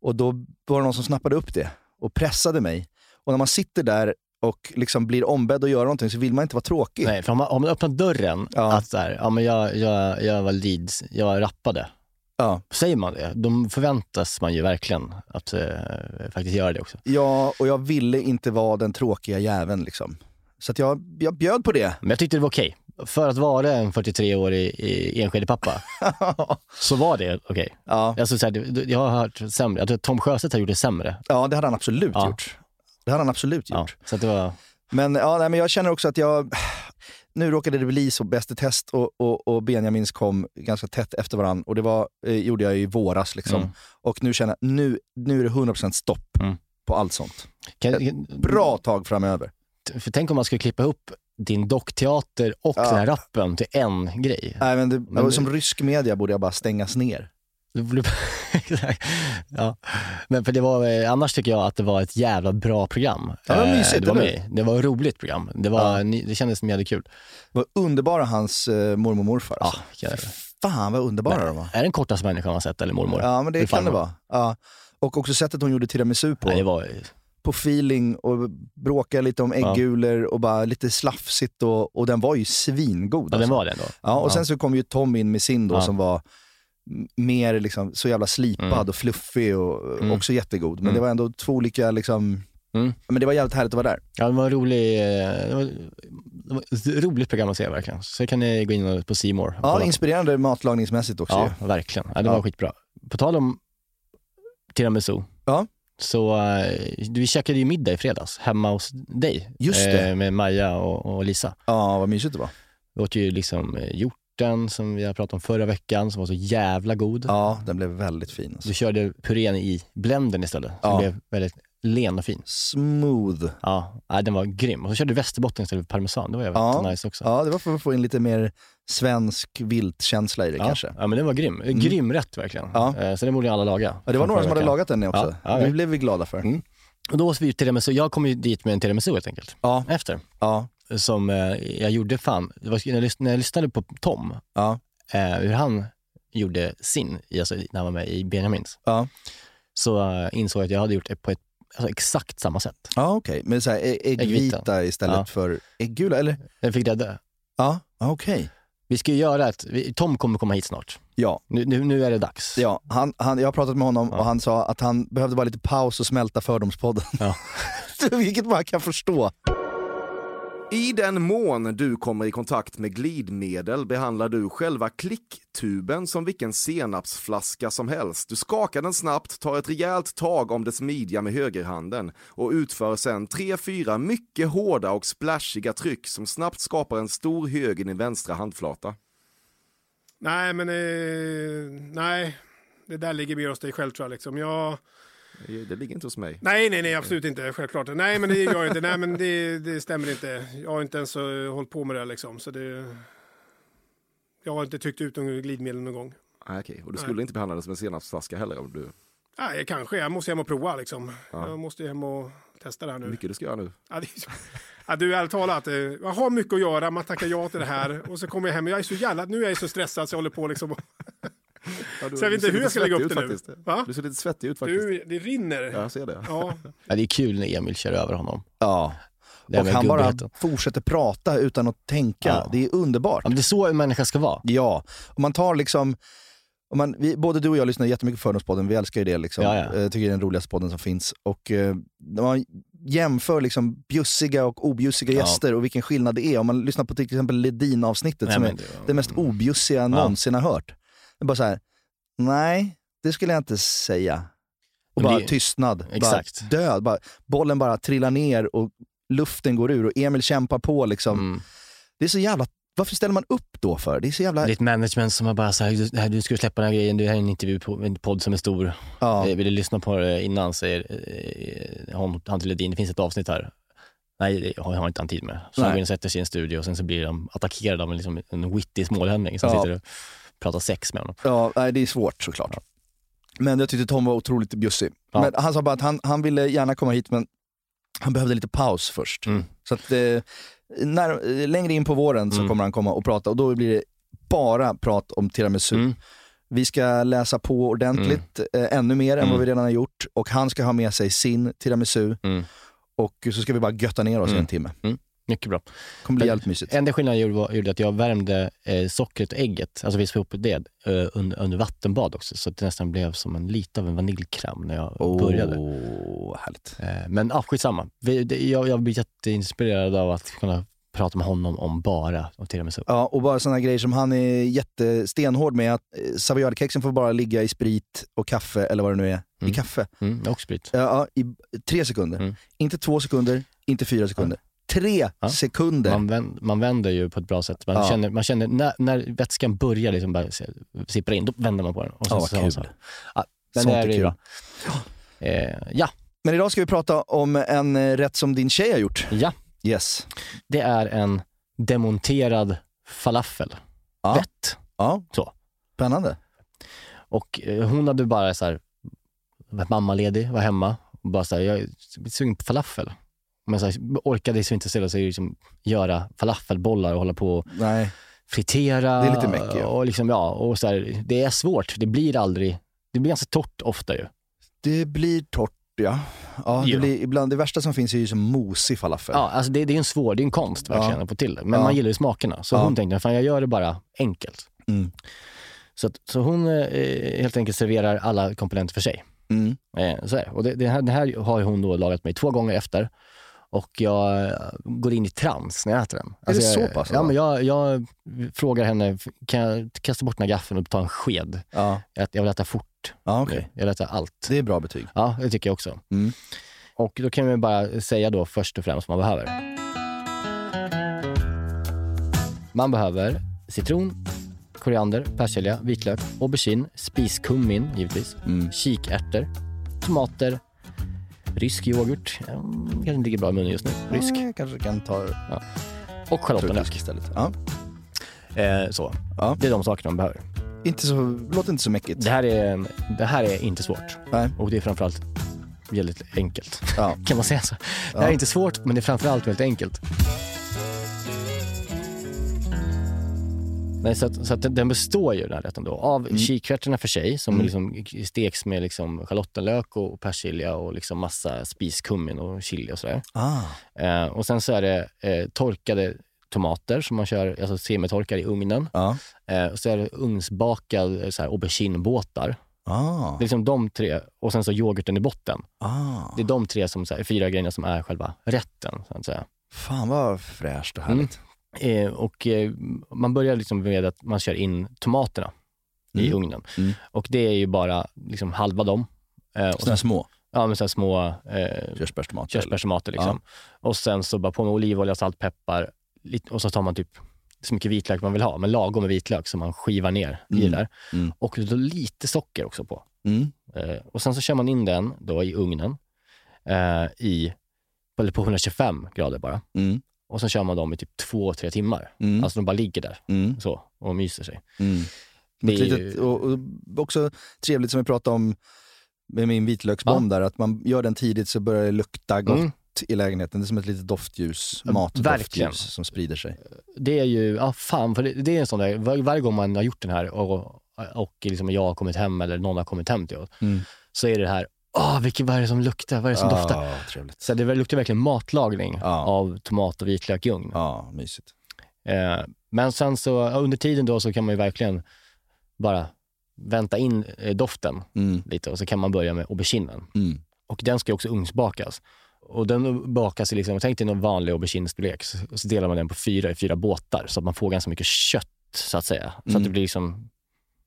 Speaker 6: Och då var det någon som snappade upp det och pressade mig. Och när man sitter där och liksom blir ombedd att göra någonting så vill man inte vara tråkig.
Speaker 7: Nej, för om man, om man öppnar dörren att så här, ja, men jag, jag, jag var leads, jag rappade. Säger man det, då förväntas man ju verkligen att eh, faktiskt göra det också.
Speaker 6: Ja, och jag ville inte vara den tråkiga jäveln liksom. Så att jag, jag bjöd på det.
Speaker 7: Men jag tyckte det var okej. För att vara en 43-årig eh, Enskede-pappa så var det okej. Alltså, så här, det- jag har hört sämre. Jag tror att Tom Sjöstedt har gjort det sämre.
Speaker 6: Ja, det hade han absolut gjort. Det hade han absolut
Speaker 7: gjort. så att det var...
Speaker 6: Men, ja, nej, men jag känner också att jag... Nu råkade det bli så, Bäst i test och, och, och Benjamins kom ganska tätt efter varandra och det var, eh, gjorde jag i våras. Liksom.
Speaker 7: Mm.
Speaker 6: Och nu känner jag, nu, nu är det 100% stopp på allt sånt. Ett Eh,
Speaker 7: Mm.
Speaker 6: bra tag framöver.
Speaker 7: För tänk om man skulle klippa ihop din dockteater och
Speaker 6: Ja.
Speaker 7: den här rappen till en grej.
Speaker 6: Nej, men det,
Speaker 7: Men-
Speaker 6: som rysk media borde jag bara stängas ner.
Speaker 7: Det blir- Exakt. ja. Men för det var, eh, annars tycker jag att det var ett jävla bra program.
Speaker 6: Ja, det var
Speaker 7: Eh,
Speaker 6: mysigt,
Speaker 7: det var,
Speaker 6: eller hur?
Speaker 7: med. det var ett roligt program. Det, var, ni- det kändes som jättekul.
Speaker 6: Det var underbara hans eh, mormor och morfar.
Speaker 7: Alltså. Ja,
Speaker 6: Fan vad underbara de var.
Speaker 7: Är det den kortaste människan man sett, eller mormor?
Speaker 6: Ja, men det
Speaker 7: Hur fan
Speaker 6: kan det
Speaker 7: var-
Speaker 6: vara. Ja. Och också sättet hon gjorde tiramisu på.
Speaker 7: Nej, det var...
Speaker 6: På feeling och bråka lite om
Speaker 7: Ja.
Speaker 6: äggulor och bara lite slafsigt. Och, och den var ju svingod.
Speaker 7: Ja, den
Speaker 6: alltså.
Speaker 7: var det ändå.
Speaker 6: Ja, och
Speaker 7: Ja.
Speaker 6: sen så kom ju Tom in med sin då
Speaker 7: Ja.
Speaker 6: som var m- mer liksom, så jävla slipad
Speaker 7: Mm.
Speaker 6: och fluffig och också jättegod. Men
Speaker 7: Mm.
Speaker 6: det var ändå två olika liksom... Men det var jävligt härligt att vara där.
Speaker 7: Ja, det var en rolig, eh, det var, det var ett roligt program att se verkligen. Så kan ni gå in och- på C More och kolla
Speaker 6: Ja,
Speaker 7: på.
Speaker 6: inspirerande matlagningsmässigt också
Speaker 7: Ja,
Speaker 6: ju.
Speaker 7: verkligen. Ja, det var
Speaker 6: Ja.
Speaker 7: skitbra. På tal om tiramisu,
Speaker 6: ja.
Speaker 7: så eh, vi käkade ju middag i fredags hemma hos dig. eh,
Speaker 6: Just det.
Speaker 7: med Maja och, och Lisa.
Speaker 6: Ja, vad mysigt det var.
Speaker 7: Vi åt ju liksom eh, hjorten som vi har pratat om förra veckan, som var så jävla god.
Speaker 6: Ja, den blev väldigt fin. Alltså.
Speaker 7: Du körde purén i blendern istället, som
Speaker 6: Ja.
Speaker 7: blev väldigt len och fin.
Speaker 6: Smooth.
Speaker 7: Ja, nej, den var grym. Och så körde du västerbotten istället för parmesan, det var jävligt
Speaker 6: Ja.
Speaker 7: nice också.
Speaker 6: ja, det var för att få in lite mer svensk viltkänsla i det
Speaker 7: Ja.
Speaker 6: kanske.
Speaker 7: Ja, men den var grym.
Speaker 6: Mm.
Speaker 7: Grym rätt verkligen. Eh, Så den borde ju alla laga.
Speaker 6: Ja, det var några
Speaker 7: Från förra
Speaker 6: som hade
Speaker 7: veckan.
Speaker 6: lagat den också.
Speaker 7: Ja, ja,
Speaker 6: det
Speaker 7: ja.
Speaker 6: blev vi glada för.
Speaker 7: Mm. Och då åt vi ju tiramisu. Jag kom ju dit med en tiramisu helt enkelt.
Speaker 6: Ja.
Speaker 7: Efter.
Speaker 6: Ja.
Speaker 7: Som eh, jag gjorde fan, det var, när, jag, lys- när jag lyssnade på Tom,
Speaker 6: ja.
Speaker 7: eh, hur han gjorde sin, i- alltså, när han var med i Benjamins,
Speaker 6: ja.
Speaker 7: så eh, insåg jag att jag hade gjort det på ett, alltså, exakt samma sätt.
Speaker 6: Ja, okej. Men så här, ä- äggvita istället
Speaker 7: Ja.
Speaker 6: för äggula, eller?
Speaker 7: Den fick rädda.
Speaker 6: Ja, okej.
Speaker 7: Vi ska ju göra ett, vi, Tom kommer komma hit snart.
Speaker 6: Ja.
Speaker 7: Nu, nu, nu är det dags.
Speaker 6: Ja, han, han, jag har pratat med honom och han sa att han behövde bara lite paus och smälta fördomspodden. Vilket man kan förstå.
Speaker 13: I den mån du kommer i kontakt med glidmedel behandlar du själva klicktuben som vilken senapsflaska som helst. Du skakar den snabbt, tar ett rejält tag om dess midja med högerhanden och utför sedan tre, fyra mycket hårda och splashiga tryck som snabbt skapar en stor hög i din vänstra handflata.
Speaker 14: Nej, men eh, nej. Det där ligger mer hos dig själv tror jag. Liksom. jag
Speaker 13: Det ligger inte hos mig.
Speaker 14: nej, nej, nej, absolut inte. Självklart. Nej, men det gör jag inte. Nej, men det, det stämmer inte. Jag har inte ens uh, hållit på med det här, liksom. Så det, jag har inte tryckt ut någon glidmedel någon gång.
Speaker 13: Nej, okej. Och du
Speaker 14: Nej.
Speaker 13: skulle inte behandla den som en senapsflaska heller om du...
Speaker 14: Nej, kanske. Jag måste hem och prova liksom.
Speaker 13: Ja.
Speaker 14: Jag måste hem och testa det här nu.
Speaker 13: mycket du ska göra nu.
Speaker 14: Ja, det, ja, du, ärligt talat, eh, jag har mycket att göra, man tackar ja till det här och så kommer jag hem och jag är så jävla, nu är jag så stressad så jag håller på liksom. och-
Speaker 13: du-
Speaker 14: så jag
Speaker 13: du
Speaker 14: vet
Speaker 13: ser
Speaker 14: inte hur
Speaker 13: lite
Speaker 14: jag ska lägga upp det
Speaker 13: svettig
Speaker 14: nu.
Speaker 13: ut faktiskt.
Speaker 14: Va?
Speaker 13: Du ser lite svettig ut faktiskt.
Speaker 14: Du, det rinner.
Speaker 13: Ja, jag ser det.
Speaker 14: Ja.
Speaker 7: Ja, det är kul när Emil kör över honom.
Speaker 6: Ja.
Speaker 7: Det är
Speaker 6: och
Speaker 7: väl
Speaker 6: han bara
Speaker 7: gubbigheten.
Speaker 6: fortsätter prata utan att tänka. Det är underbart.
Speaker 7: men det är så en människa ska vara.
Speaker 6: Ja. Om man tar liksom... Om man, vi, både du och jag lyssnar jättemycket på Fördomspodden. Vi älskar ju det. Liksom.
Speaker 7: Ja, ja.
Speaker 6: Eh, tycker det är den roligaste podden som finns. Och, eh, när man jämför liksom bjussiga och objussiga
Speaker 7: Ja.
Speaker 6: gäster och vilken skillnad det är. Om man lyssnar på till exempel Ledin-avsnittet
Speaker 7: Nej,
Speaker 6: som är
Speaker 7: men det-
Speaker 6: det mest objussiga jag någonsin har hört. Det är bara så här, nej, det skulle jag inte säga. Och
Speaker 7: Men det-
Speaker 6: bara tystnad.
Speaker 7: Exakt.
Speaker 6: Bara död. Bara, bollen
Speaker 7: Mm.
Speaker 6: bara trillar ner och luften går ur och Emil kämpar på. Liksom. Det är så jävla Varför ställer man upp då för? Det är så jävla...
Speaker 7: Ditt management som har bara sagt du, det här- du ska släppa den här grejen, det här är en intervju på en podd som är stor.
Speaker 6: Ja.
Speaker 7: Eh, Vill du lyssna på det innan, säger eh, hon, han till Ledin, det finns ett avsnitt här. Nej, det har har inte han tid med. Så han
Speaker 6: Nej.
Speaker 7: går in och sätter sig i en studio och sen så blir de attackerade av en, liksom, en witty smålänning som
Speaker 6: Ja.
Speaker 7: sitter och pratar sex med honom.
Speaker 6: Ja, nej, det är svårt såklart. Men jag tyckte Tom var otroligt bjussig.
Speaker 7: Ja.
Speaker 6: Men han sa bara att han, han ville gärna komma hit men han behövde lite paus först.
Speaker 7: Mm.
Speaker 6: Så att, eh, när, eh, längre in på våren
Speaker 7: Mm.
Speaker 6: så kommer han komma och prata och då blir det bara prat om tiramisu. Vi ska läsa på ordentligt, eh, ännu mer än
Speaker 7: Mm.
Speaker 6: vad vi redan har gjort och han ska ha med sig sin tiramisu och så ska vi bara götta ner oss i en timme.
Speaker 7: Mm. Mycket bra.
Speaker 6: kommer bli jävligt mysigt.
Speaker 7: Enda skillnaden jag gjorde var gjorde att jag värmde eh, sockret och ägget, alltså vispade ihop det, eh, under, under vattenbad också. Så att det nästan blev som en, lite av en vaniljkräm när jag började.
Speaker 6: Härligt.
Speaker 7: Eh, men ah, skitsamma. Vi, det, jag, jag blir jätteinspirerad av att kunna prata med honom om bara och tiramisu.
Speaker 6: Ja, och bara sådana grejer som han är jättestenhård med. Att eh, Savoyardkexen får bara ligga i sprit och kaffe, eller vad det nu är. I kaffe.
Speaker 7: Mm, och sprit.
Speaker 6: Ja, ja, i tre sekunder. Inte två sekunder, inte fyra sekunder. Tre sekunder.
Speaker 7: Man, vänd, man vänder ju på ett bra sätt. Man
Speaker 6: Ja.
Speaker 7: känner, man känner när, när vätskan börjar liksom bara se- sippra in, då vänder man på den. Och
Speaker 6: Ja, vad
Speaker 7: så-
Speaker 6: kul.
Speaker 7: Så, ja, den
Speaker 6: Sånt
Speaker 7: där
Speaker 6: är
Speaker 7: är
Speaker 6: kul.
Speaker 7: bra. Eh, ja.
Speaker 6: Men idag ska vi prata om en eh, rätt som din tjej har gjort.
Speaker 7: Ja.
Speaker 6: Yes.
Speaker 7: Det är en demonterad falafel. Rätt.
Speaker 6: Ja.
Speaker 7: Så.
Speaker 6: Spännande.
Speaker 7: Och eh, hon hade bara så här, varit mammaledig, var hemma och bara så här, jag är sugen på falafel. Men så här, orkade liksom inte ställa sig och liksom göra falafelbollar och hålla på och
Speaker 6: Nej.
Speaker 7: fritera.
Speaker 6: Det är lite mycket, ja.
Speaker 7: Och liksom, ja, och så här, det är svårt. Det blir aldrig, det blir ganska torrt ofta ju.
Speaker 6: Det blir torrt, ja. ja det,
Speaker 7: Ja.
Speaker 6: blir, ibland, det värsta som finns är ju som mosig falafel.
Speaker 7: Ja, alltså det, det är en svår, det är en konst verkligen
Speaker 6: Ja.
Speaker 7: att få till det. Men
Speaker 6: Ja.
Speaker 7: man gillar ju smakerna. Så
Speaker 6: Ja.
Speaker 7: hon tänkte, fan jag gör det bara enkelt.
Speaker 6: Mm.
Speaker 7: Så, att, så hon eh, helt enkelt serverar alla komponenter för sig.
Speaker 6: Mm.
Speaker 7: Eh, så är det. Och det, det, här, det här har ju hon då lagat mig två gånger efter. Och jag eh, går in i trans när jag äter den.
Speaker 6: Är det så
Speaker 7: jag,
Speaker 6: pass,
Speaker 7: Ja,
Speaker 6: va?
Speaker 7: men jag, jag frågar henne, kan jag kasta bort den här gaffeln och ta en sked?
Speaker 6: Ja.
Speaker 7: Jag, jag vill äta fort.
Speaker 6: Ja, okej.
Speaker 7: nu. Jag vill äta allt.
Speaker 6: Det är bra betyg.
Speaker 7: Ja, det tycker jag också.
Speaker 6: Mm.
Speaker 7: Och då kan vi bara säga då först och främst vad man behöver. Man behöver citron, koriander, persilja, vitlök, aubergine, spiskummin givetvis,
Speaker 6: Mm.
Speaker 7: kikärtor, tomater, rysk yoghurt. Mm, kanske inte ligger bra i munnen just nu. Rysk.
Speaker 6: Ja, jag kanske kan ta...
Speaker 7: Ja. Och
Speaker 6: Mm. Turkisk
Speaker 7: schalottenlök.
Speaker 6: istället. Ja.
Speaker 7: Eh, så. Det är de sakerna man behöver.
Speaker 6: Inte så, låter inte så mäckigt.
Speaker 7: Det här är, det här är inte svårt.
Speaker 6: Nej.
Speaker 7: Och det är framförallt väldigt enkelt.
Speaker 6: Ja.
Speaker 7: Kan man säga så? Det här
Speaker 6: Ja.
Speaker 7: är inte svårt, men det är framförallt väldigt enkelt. Nej, så att, så att den- den består ju den här rätten då, av kikärtorna för sig som
Speaker 6: Mm.
Speaker 7: liksom steks med liksom schalottenlök och persilja och liksom massa spiskummin och chili och sådär.
Speaker 6: Ah.
Speaker 7: Eh, och sen så är det eh, torkade tomater som man kör, alltså semitorkar i ugnen. Eh, och så är det ugnsbakad eh, så här, auberginebåtar.
Speaker 6: Ah.
Speaker 7: Det är liksom de tre och sen så yoghurten i botten.
Speaker 6: Ah.
Speaker 7: Det är de tre som, så här, fyra grejerna som är själva rätten. Så att säga.
Speaker 6: Fan vad fräscht och härligt.
Speaker 7: Eh, och, eh, man börjar liksom med att man kör in tomaterna i ugnen. Och det är ju bara liksom halva dem. Eh, och
Speaker 6: Såna här små?
Speaker 7: Ja, men så här små eh,
Speaker 6: körsbärstomater.
Speaker 7: körsbärstomater liksom. Och sen så bara på med olivolja, salt, peppar lite- och så tar man typ så mycket vitlök man vill ha, men lagom med vitlök som man skivar ner i det där. Och då lite socker också på.
Speaker 6: Mm.
Speaker 7: Eh, och sen så kör man in den då i ugnen eh, i, eller på 125 grader bara.
Speaker 6: Mm.
Speaker 7: Och sen kör man dem i typ två, tre timmar.
Speaker 6: Mm.
Speaker 7: Alltså de bara ligger där
Speaker 6: Mm.
Speaker 7: så och myser sig.
Speaker 6: Mm.
Speaker 7: Det
Speaker 6: Ett
Speaker 7: är
Speaker 6: litet,
Speaker 7: ju-
Speaker 6: och, och också trevligt som vi pratade om med min vitlöksbomb där, att man gör den tidigt så börjar det lukta gott
Speaker 7: Mm.
Speaker 6: i lägenheten. Det är som ett litet doftljus,
Speaker 7: Ja, verkligen.
Speaker 6: matdoftljus som sprider sig.
Speaker 7: Det är ju, ja fan, för det, det är en sån där, var, varje gång man har gjort den här och, och liksom jag har kommit hem eller någon har kommit hem till oss,
Speaker 6: Mm.
Speaker 7: så är det det här, åh, vilket, vad är det som luktar? Vad är det som
Speaker 6: Ah,
Speaker 7: doftar?
Speaker 6: trevligt.
Speaker 7: Så det luktar verkligen matlagning av tomat och vitlök i ugn.
Speaker 6: Ja, mysigt.
Speaker 7: Eh, men sen så, ja, under tiden då så kan man ju verkligen bara vänta in eh, doften lite och så kan man börja med auberginen.
Speaker 6: Mm.
Speaker 7: Och den ska ju också ugnsbakas. Och den bakas i, liksom, tänk dig någon vanlig auberginestorlek, så, så delar man den på fyra i fyra båtar så att man får ganska mycket kött så att säga. Så att det
Speaker 6: Mm.
Speaker 7: blir liksom,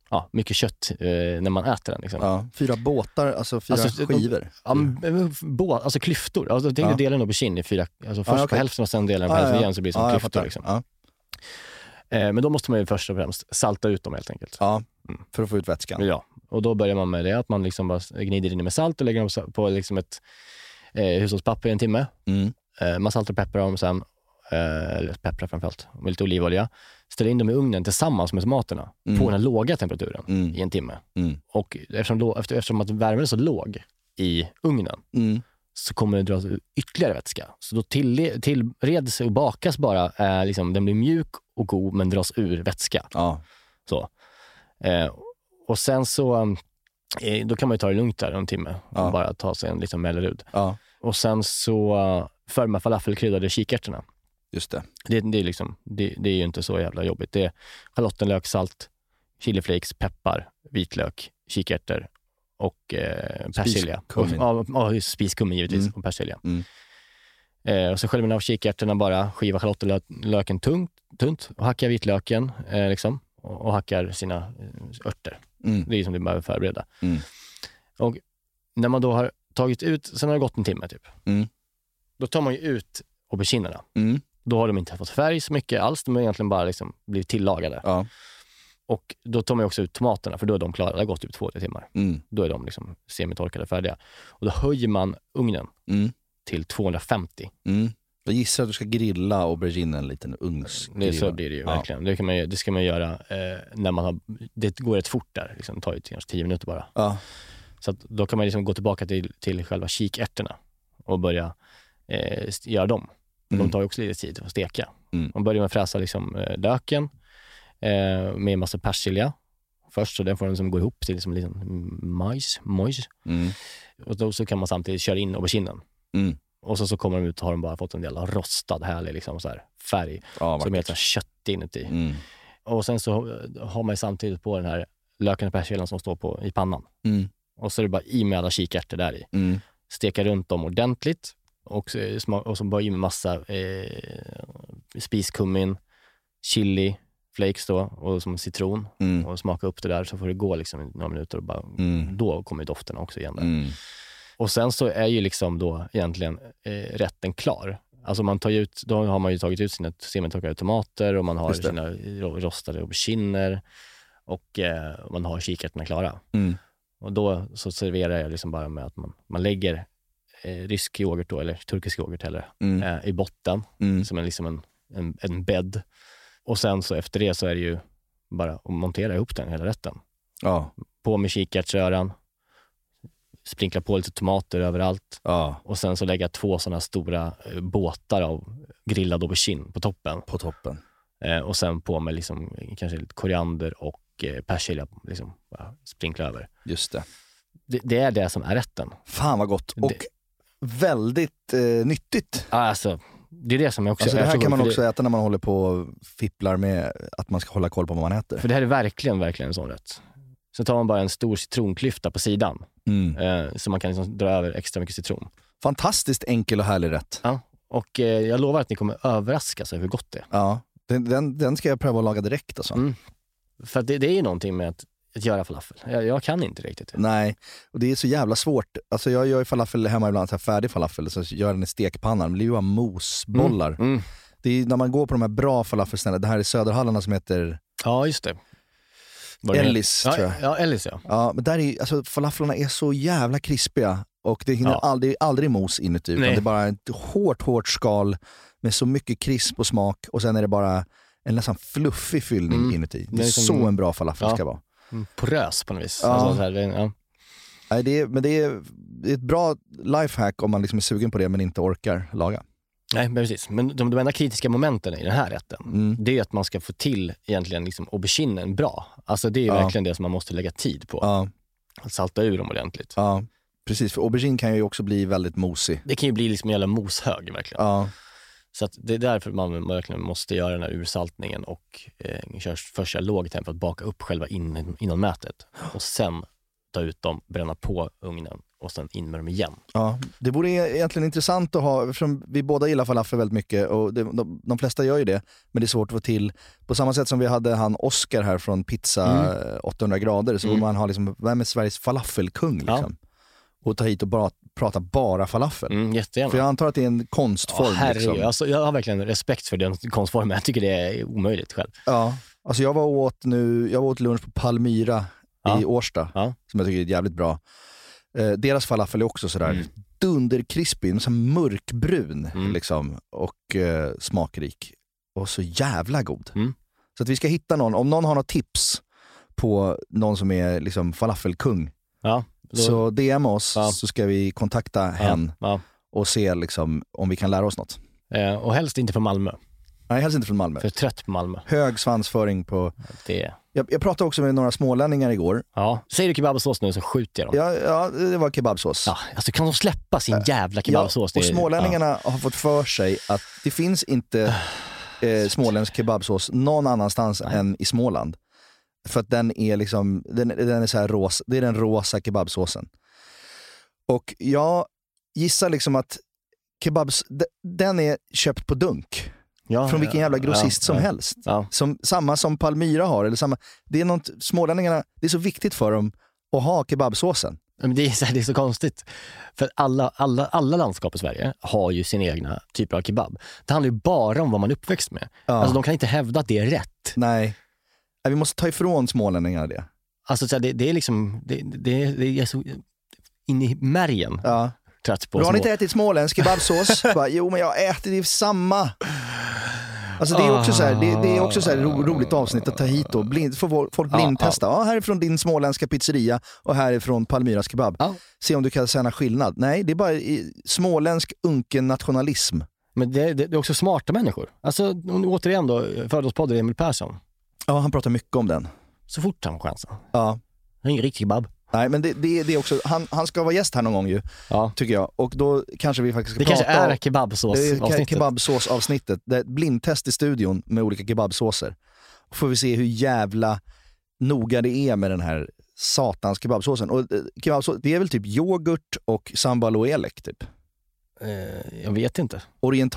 Speaker 7: ja, mycket kött eh, när man äter den. Liksom.
Speaker 6: Ja. Fyra båtar, alltså fyra
Speaker 7: Alltså,
Speaker 6: skivor.
Speaker 7: Ja, men, men, bå, alltså klyftor. Alltså, tänk dig
Speaker 6: Ja.
Speaker 7: dela en aubergine i fyra, alltså först
Speaker 6: okej.
Speaker 7: på hälften och sen delar den på
Speaker 6: Ah, Ja,
Speaker 7: hälften
Speaker 6: ja.
Speaker 7: igen så blir det som liksom.
Speaker 6: Ja, jag
Speaker 7: klyftor.
Speaker 6: fattar.
Speaker 7: Liksom. Eh, men då måste man ju först och främst salta ut dem helt enkelt.
Speaker 6: Ja, för att få ut vätskan.
Speaker 7: Ja, och då börjar man med det att man liksom bara gnider in det med salt och lägger dem sa- på liksom ett eh, hushållspapper i en timme. Eh, man saltar och pepprar dem sen, eh, eller pepprar framförallt, med lite olivolja. Ställer in dem i ugnen tillsammans med tomaterna
Speaker 4: Mm.
Speaker 7: på den här låga temperaturen i en timme.
Speaker 6: Mm.
Speaker 7: Och eftersom, lå- efter- eftersom att värmen är så låg i ugnen
Speaker 6: Mm.
Speaker 7: så kommer det dras ut ytterligare vätska. Så då till, tillreds och bakas bara, eh, liksom, den blir mjuk och god men dras ur vätska. Så. Eh, och sen så, eh, då kan man ju ta det lugnt där en timme och bara ta sig en liten Mellerud. Och sen så eh, för man falafelkryddade kikärtorna.
Speaker 6: Just det.
Speaker 7: Det, det, är liksom, det, det är ju inte så jävla jobbigt. Det är schalottenlök, salt, chiliflakes, peppar, vitlök, kikärtor och eh, persilja.
Speaker 4: Spiskummin.
Speaker 7: Och- Ja, ja, just spiskummin givetvis
Speaker 6: Mm.
Speaker 7: och persilja. Eh, och så sköljer man av kikärtorna bara, skivar schalottenlöken tungt, tunt och hackar vitlöken eh, liksom, och, och hackar sina eh, örter.
Speaker 6: Mm.
Speaker 7: Det är som du behöver förbereda.
Speaker 6: Mm.
Speaker 7: Och när man då har tagit ut, sen har det gått en timme typ,
Speaker 6: Mm.
Speaker 7: då tar man ju ut auberginerna.
Speaker 6: Mm.
Speaker 7: Då har de inte fått färg så mycket alls, de har egentligen bara liksom blivit tillagade. Och då tar man ju också ut tomaterna, för då är de klara. Det har gått typ två, tre timmar.
Speaker 6: Mm.
Speaker 7: Då är de liksom semitorkade färdiga. Och då höjer man ugnen till 250
Speaker 6: Mm. Jag gissar att du ska grilla auberginen lite, en ugnsgrilla.
Speaker 7: Det, så blir det ju verkligen. Det, kan man, ju- det ska man göra eh, när man har... Det går rätt fort där. Liksom, det tar ju kanske tio minuter bara. Så att, då kan man liksom gå tillbaka till, till själva kikärtorna och börja eh, st- göra dem. De tar ju också lite tid att steka. Man börjar med att fräsa liksom, eh, löken eh, med en massa persilja först, så den får den som gå ihop till liksom en liten majs. mojs. Och då så kan man samtidigt köra in auberginen.
Speaker 6: Mm.
Speaker 7: Och så, så kommer de ut och har de bara fått en del rostad, härlig liksom, så här, färg som är helt så här kött inuti.
Speaker 6: Mm.
Speaker 7: Och sen så eh, har man ju samtidigt på den här löken och persiljan som står på, i pannan.
Speaker 6: Mm.
Speaker 7: Och så är det bara i med alla kikärtor där i.
Speaker 6: Mm.
Speaker 7: Steka runt dem ordentligt och, så- sma- och så bara i med massa eh, spiskummin, chili, flakes då och som citron.
Speaker 6: Mm.
Speaker 7: Och smaka upp det där så får det gå liksom i några minuter och bara, då kommer ju dofterna också igen. Där.
Speaker 6: Mm.
Speaker 7: Och sen så är ju liksom då egentligen eh, rätten klar. Alltså man tar ju ut, då har man ju tagit ut sina semitorkade tomater och man har
Speaker 6: Just det.
Speaker 7: sina ro- rostade auberginer och eh, man har kikärtorna klara.
Speaker 6: Mm.
Speaker 7: Och då så serverar jag liksom bara med att man, man lägger eh, rysk yoghurt då, eller turkisk yoghurt heller,
Speaker 6: Mm.
Speaker 7: eh, i botten som en, liksom en, en, en bädd. Och sen så efter det så är det ju bara att montera ihop den, hela rätten.
Speaker 6: Ja.
Speaker 7: På med kikärtsröran, sprinkla på lite tomater överallt och sen så lägga två sådana stora eh, båtar av grillad aubergine på toppen.
Speaker 6: På toppen.
Speaker 7: Eh, och sen på med liksom, kanske lite koriander och eh, persilja, liksom, bara sprinkla över.
Speaker 6: Just det.
Speaker 7: det. Det är det som är rätten.
Speaker 6: Fan vad gott. Och väldigt eh, nyttigt.
Speaker 7: Alltså, det är det som jag också
Speaker 6: Alltså, det
Speaker 7: jag
Speaker 6: här
Speaker 7: tror-
Speaker 6: kan man
Speaker 7: för
Speaker 6: också
Speaker 7: det,
Speaker 6: äta när man håller på och fipplar med att man ska hålla koll på vad man äter.
Speaker 7: För det här är verkligen, verkligen en sån rätt. Så tar man bara en stor citronklyfta på sidan,
Speaker 6: Mm.
Speaker 7: eh, så man kan liksom dra över extra mycket citron.
Speaker 6: Fantastiskt enkel och härlig rätt.
Speaker 7: Ja, och eh, jag lovar att ni kommer överraskas över hur gott det är.
Speaker 6: Ja, den, den, den ska jag pröva att laga direkt alltså.
Speaker 7: Mm. För att det, det är ju någonting med att, att göra falafel. Jag, jag kan inte riktigt.
Speaker 6: Nej, och det är så jävla svårt. Alltså jag gör ju falafel hemma ibland, så här färdig falafel, så gör jag den i stekpannan. Det blir ju bara mosbollar.
Speaker 7: Mm,
Speaker 6: Det är ju när man går på de här bra falafelställena, det här i Söderhallarna som heter
Speaker 7: Ja, just det. Vad det
Speaker 6: Ellis
Speaker 7: heter.
Speaker 6: tror
Speaker 7: ja,
Speaker 6: jag.
Speaker 7: Ja, Ellis ja.
Speaker 6: Ja, men där är, alltså, falaflarna är så jävla krispiga och det hinner
Speaker 7: Ja.
Speaker 6: aldrig, aldrig mos inuti. Utan
Speaker 7: Nej.
Speaker 6: det är bara ett hårt, hårt skal med så mycket krisp och smak och sen är det bara en nästan fluffig fyllning inuti. Det är,
Speaker 7: Det är som-
Speaker 6: så en bra falafel
Speaker 7: Ja.
Speaker 6: ska vara.
Speaker 7: Mm, Porös på något vis.
Speaker 6: Ja.
Speaker 7: Alltså, så här, det, ja.
Speaker 6: Nej, det är, men det är, det är ett bra lifehack om man liksom är sugen på det men inte orkar laga.
Speaker 7: Nej, men precis. Men de, de enda kritiska momenten i den här rätten,
Speaker 6: Mm.
Speaker 7: det är ju att man ska få till egentligen liksom auberginen bra. Alltså det är ju
Speaker 6: Ja.
Speaker 7: verkligen det som man måste lägga tid på. Att salta ur dem ordentligt.
Speaker 6: Ja, precis. För aubergine kan ju också bli väldigt mosig.
Speaker 7: Det kan ju bli liksom en jävla moshög verkligen.
Speaker 6: Ja.
Speaker 7: Så att det är därför man verkligen måste göra den här ursaltningen och eh, kör, först köra låg tempo, att baka upp själva in, inom nätet och sen ta ut dem, bränna på ugnen och sen in med dem igen.
Speaker 6: Ja, det vore e- egentligen intressant att ha, eftersom vi båda gillar falafel väldigt mycket och det, de, de flesta gör ju det, men det är svårt att få till. På samma sätt som vi hade han Oscar här från Pizza
Speaker 7: Mm.
Speaker 6: eh, 800 grader, så
Speaker 7: Mm.
Speaker 6: borde man ha liksom, vem är Sveriges falafelkung? Liksom? och ta hit och bara, prata bara falafel.
Speaker 7: Mm, jättegärna.
Speaker 6: För jag antar att det är en
Speaker 7: Ja,
Speaker 6: konstform.
Speaker 7: herregud.
Speaker 6: liksom.
Speaker 7: Alltså, jag har verkligen respekt för den konstformen. Jag tycker det är omöjligt själv.
Speaker 6: Ja. Alltså jag var och åt nu, jag var åt lunch på Palmyra i Årsta, som jag tycker är jävligt bra. Eh, deras falafel är också sådär
Speaker 7: Mm.
Speaker 6: dunderkrispig, en sån mörkbrun liksom, och eh, smakrik. Och så jävla god.
Speaker 7: Mm.
Speaker 6: Så att vi ska hitta någon, om någon har något tips på någon som är liksom falafelkung,
Speaker 7: Ja, då-
Speaker 6: så DM oss så ska vi kontakta hen och se liksom, om vi kan lära oss något.
Speaker 7: Eh, och helst inte från Malmö.
Speaker 6: Nej, helst inte från Malmö.
Speaker 7: För jag är trött på Malmö.
Speaker 6: Hög svansföring på...
Speaker 7: Det.
Speaker 6: Jag, jag pratade också med några smålänningar igår.
Speaker 7: Ja. Säger du kebabsås nu så skjuter jag dem.
Speaker 6: Ja, ja det var kebabsås.
Speaker 7: Ja, alltså kan de släppa sin jävla kebabsås?
Speaker 6: Ja, och
Speaker 7: Det är-
Speaker 6: smålänningarna har fått för sig att det finns inte eh, småländsk kebabsås någon annanstans än i Småland. För att den är liksom, den, den är så här rosa, det är den rosa kebabsåsen. Och jag gissar liksom att kebabs, de- den är köpt på dunk. Från vilken
Speaker 7: Ah, ja,
Speaker 6: jävla grossist
Speaker 7: ja,
Speaker 6: som
Speaker 7: ja.
Speaker 6: helst. Som, samma som Palmyra har. Eller samma, det, är något, smålänningarna, det är så viktigt för dem att ha kebabsåsen.
Speaker 7: Men det, är så här, det är så konstigt. För alla, alla, alla landskap i Sverige har ju sina egna typer av kebab. Det handlar ju bara om vad man är uppväxt med. Alltså, de kan inte hävda att det är rätt.
Speaker 6: Nej. Vi måste ta ifrån smålänningarna det.
Speaker 7: Alltså, så här, det, det är liksom... Det, det, det är så in i märgen.
Speaker 6: Ja.
Speaker 7: Trött på
Speaker 6: Du har
Speaker 7: små-
Speaker 6: ni inte ätit småländsk kebabsås? Bara, jo, men jag äter det samma. Alltså det är också så här, det, det är också så här ro, roligt avsnitt att ta hit då. Blind, får vol- folk blindtesta. Ja, här är från din småländska pizzeria och här är från Palmyras kebab. Se om du kan känna skillnad. Nej, det är bara i, småländsk unken nationalism.
Speaker 7: Men det, det, det är också smarta människor. Alltså, om- återigen då, Fördomspodden Emil Persson.
Speaker 6: Ja, han pratar mycket om den.
Speaker 7: Så fort han får chansen.
Speaker 6: Ja.
Speaker 7: Han är ingen riktig kebab.
Speaker 6: Nej, men det, det, det är också, han, han ska vara gäst här någon gång ju, tycker jag. Och då kanske vi faktiskt ska
Speaker 7: Det
Speaker 6: prata
Speaker 7: kanske är
Speaker 6: om-
Speaker 7: kebabsåsavsnittet.
Speaker 6: Det är Kebabsåsavsnittet. Det är ett blindtest i studion med olika kebabsåser. Då får vi se hur jävla noga det är med den här satans kebabsåsen. Och eh, kebabsås, det är väl typ yoghurt och sambal och elek typ?
Speaker 7: Eh, jag vet inte.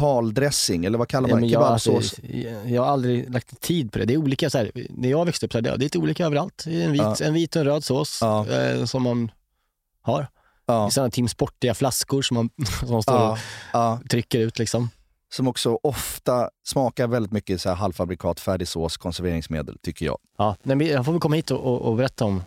Speaker 6: Orientaldressing, eller vad kallar
Speaker 7: Ja,
Speaker 6: man
Speaker 7: men
Speaker 6: det?
Speaker 7: jag,
Speaker 6: Kebabsås?
Speaker 7: alltså, jag, jag har aldrig lagt tid på det. Det är olika, så här, när jag växte upp, så här, det är lite olika överallt. Det är En vit,
Speaker 6: Ja.
Speaker 7: en vit och en röd sås eh, som man har.
Speaker 6: Ja.
Speaker 7: Det är sådana Tim Sportiga flaskor som man som man står
Speaker 6: Ja,
Speaker 7: och trycker ut. Liksom.
Speaker 6: Som också ofta smakar väldigt mycket så här halvfabrikat, färdig sås, konserveringsmedel, tycker jag.
Speaker 7: Ja, nej, men jag får väl komma hit och, och, och berätta om...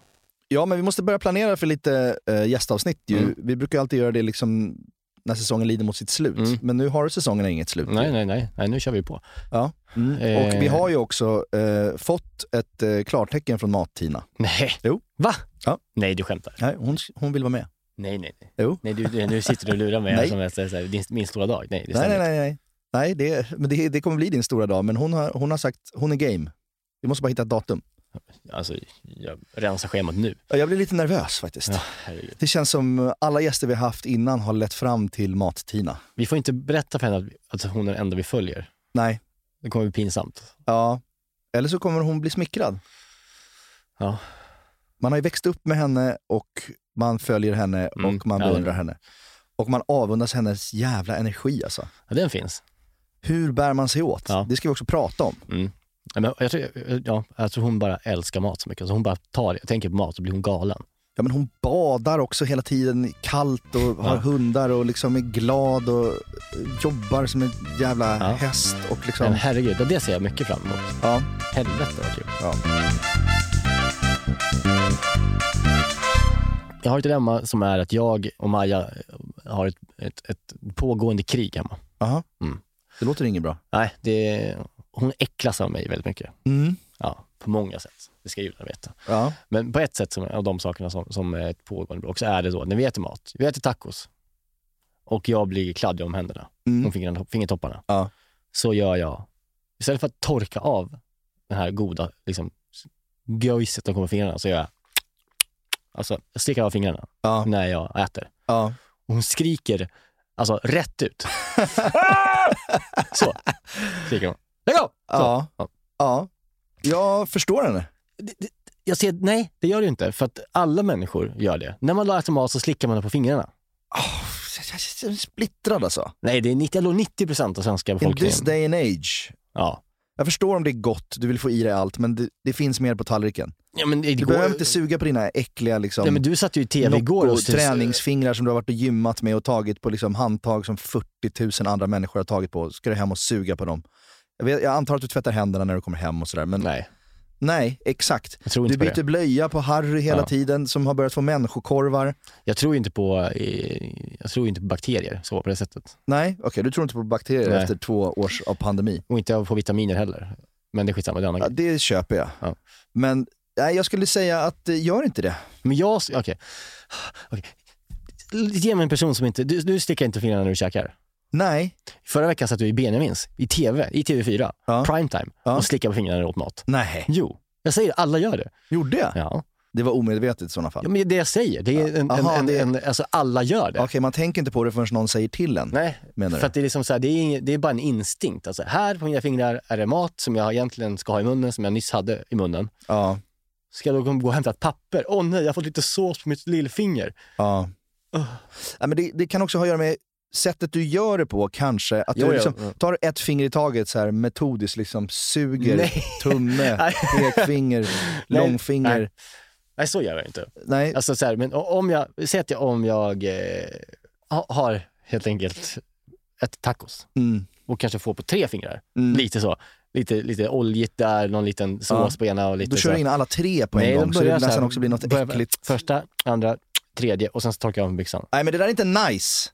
Speaker 6: Ja, men vi måste börja planera för lite eh, gästavsnitt. Ju. Vi brukar alltid göra det liksom när säsongen lider mot sitt slut. Men nu har säsongen inget slut.
Speaker 7: Nej,
Speaker 6: ju.
Speaker 7: nej, nej, nej, nu kör vi på.
Speaker 6: Ja.
Speaker 7: Eh.
Speaker 6: Och vi har ju också eh, fått ett eh, klartecken från Mat-Tina.
Speaker 7: Nej.
Speaker 6: Jo.
Speaker 7: Va?
Speaker 6: Ja.
Speaker 7: Nej, du skämtar.
Speaker 6: Nej, hon, hon vill vara med.
Speaker 7: Nej, nej, nej.
Speaker 6: Jo.
Speaker 7: nej du, du, nu sitter du och lurar mig
Speaker 6: Nej.
Speaker 7: här som att det är så här, din, min stora dag. Nej, det
Speaker 6: nej, nej,
Speaker 7: stämmer
Speaker 6: nej. nej. nej det, men det, det kommer bli din stora dag. Men hon har, hon har sagt hon är game. Vi måste bara hitta ett datum.
Speaker 7: inte. Alltså, jag rensar schemat nu.
Speaker 6: Ja, Jag blir lite nervös faktiskt.
Speaker 7: Ja, herregud.
Speaker 6: Det känns som alla gäster vi har haft innan har lett fram till Mat-Tina.
Speaker 7: Vi får inte berätta för henne att, vi- att hon är den enda vi följer.
Speaker 6: Nej.
Speaker 7: Det kommer bli pinsamt.
Speaker 6: Ja. Eller så kommer hon bli smickrad.
Speaker 7: Ja.
Speaker 6: Man har ju växt upp med henne och man följer henne och man
Speaker 7: Mm. Ja, det-
Speaker 6: beundrar henne. Och man avundas hennes jävla energi alltså.
Speaker 7: Ja, den finns.
Speaker 6: Hur bär man sig åt? Det ska vi också prata om.
Speaker 7: Mm. Ja, Men jag, tror, ja, jag tror hon bara älskar mat så mycket. Så hon bara tar, tänker på mat så blir hon galen.
Speaker 6: Ja, men hon badar också hela tiden i kallt och har
Speaker 7: Ja.
Speaker 6: hundar och liksom är glad och eh, jobbar som en jävla häst. Och liksom...
Speaker 7: Men herregud, ja, det ser jag mycket fram emot.
Speaker 6: Ja.
Speaker 7: Helvete vad kul.
Speaker 6: Ja.
Speaker 7: Jag har ett dilemma som är att jag och Maja har ett, ett, ett pågående krig hemma.
Speaker 6: Aha.
Speaker 7: Mm.
Speaker 6: Det låter inget bra.
Speaker 7: Nej, det, hon äcklas av mig väldigt mycket.
Speaker 6: Mm.
Speaker 7: Ja, på många sätt. Det ska judarna veta.
Speaker 6: Ja.
Speaker 7: Men på ett sätt som, av de sakerna som, som är ett pågående bråk så är det då, när vi äter mat, vi äter tacos och jag blir kladdig om händerna, om fingrarna, fingertopparna, så gör jag, istället för att torka av det här goda liksom, göjset som kommer från fingrarna, så gör jag Alltså, jag sticker av fingrarna när jag äter. Och hon skriker alltså rätt ut. så skriker hon. Lägg av! Så.
Speaker 6: Ja. ja. Jag förstår henne.
Speaker 7: Jag ser, nej, det gör du inte. För att alla människor gör det. När man äter mat så slickar man på fingrarna. Ah,
Speaker 6: Splittrad alltså.
Speaker 7: Nej, det är 90, eller 90 procent av svenska
Speaker 6: In
Speaker 7: befolkningen.
Speaker 6: this day and age.
Speaker 7: Ja.
Speaker 6: Jag förstår om det är gott, du vill få i dig allt, men det, det finns mer på tallriken.
Speaker 9: Ja, men
Speaker 6: Du
Speaker 9: igår-
Speaker 6: behöver inte suga på dina äckliga liksom,
Speaker 9: Nej, men du satt ju i TV igår
Speaker 6: och
Speaker 9: och-
Speaker 6: träningsfingrar som du har varit och gymmat med och tagit på liksom, handtag som 40 000 andra människor har tagit på. Ska du hem och suga på dem? Jag, vet, jag antar att du tvättar händerna när du kommer hem och sådär. Men...
Speaker 7: Nej.
Speaker 6: Nej, exakt.
Speaker 7: tror
Speaker 6: Du
Speaker 7: inte på
Speaker 6: byter
Speaker 7: det.
Speaker 6: blöja på Harry hela
Speaker 7: Ja.
Speaker 6: tiden som har börjat få människokorvar.
Speaker 7: Jag tror inte på, eh, jag tror inte på bakterier så på det sättet.
Speaker 6: Nej, okej, du tror inte på bakterier
Speaker 7: Nej.
Speaker 6: efter två års av pandemi.
Speaker 7: Och inte på vitaminer heller. Men det är skitsamma, det är en
Speaker 6: Ja,
Speaker 7: annan
Speaker 6: det köper jag.
Speaker 7: Ja.
Speaker 6: Men nej, jag skulle säga att eh, gör inte det.
Speaker 7: Men jag, okej. Okej. Ge mig en person som inte, du, du sticker inte fingrarna när du käkar.
Speaker 6: Nej.
Speaker 7: Förra veckan satt du i Benjamins, i TV, i TV4, primetime, och slickade på fingrarna åt mat.
Speaker 6: Nej.
Speaker 7: Jo, jag säger det, alla gör det.
Speaker 6: Gjorde jag?
Speaker 7: Ja.
Speaker 6: Det var omedvetet i sådana fall.
Speaker 7: Ja, men det jag säger, det är en,
Speaker 6: Aha,
Speaker 7: en, en,
Speaker 6: det-
Speaker 7: en, alltså alla gör det.
Speaker 6: Okej, man tänker inte på det förrän någon säger till en.
Speaker 7: Nej,
Speaker 6: menar
Speaker 7: För
Speaker 6: du?
Speaker 7: att det är, liksom så här, det, är ingen, det är bara en instinkt. Alltså, här på mina fingrar är det mat som jag egentligen ska ha i munnen, som jag nyss hade i munnen.
Speaker 6: Ja.
Speaker 7: Ska jag då gå och hämta ett papper? Åh nej, jag har fått lite sås på mitt lillfinger.
Speaker 6: Ja. ja men det, det kan också ha att göra med sättet du gör det på kanske. Att
Speaker 7: Jo, Mm.
Speaker 6: du
Speaker 7: jo,
Speaker 6: liksom
Speaker 7: ja.
Speaker 6: tar ett finger i taget så här metodiskt, liksom suger
Speaker 7: Nej.
Speaker 6: tumme, pekfinger,
Speaker 7: Nej,
Speaker 6: långfinger.
Speaker 7: Nej. nej, så gör jag inte.
Speaker 6: Nej.
Speaker 7: Alltså, så här, men o- om jag, säg att jag, om jag eh, ha- har helt enkelt ett tacos
Speaker 6: Mm.
Speaker 7: och kanske får på tre fingrar. Lite så. Lite, lite oljigt där, någon liten sås på ena och lite
Speaker 6: Då kör
Speaker 7: så
Speaker 6: du
Speaker 7: här.
Speaker 6: in alla tre på en
Speaker 7: Nej, då
Speaker 6: gång så det
Speaker 7: börjar jag
Speaker 6: nästan
Speaker 7: så här,
Speaker 6: också blir något
Speaker 7: börjar med
Speaker 6: äckligt.
Speaker 7: Första, andra, tredje och sen så torkar jag av mig byxan.
Speaker 6: Nej men det där är inte nice.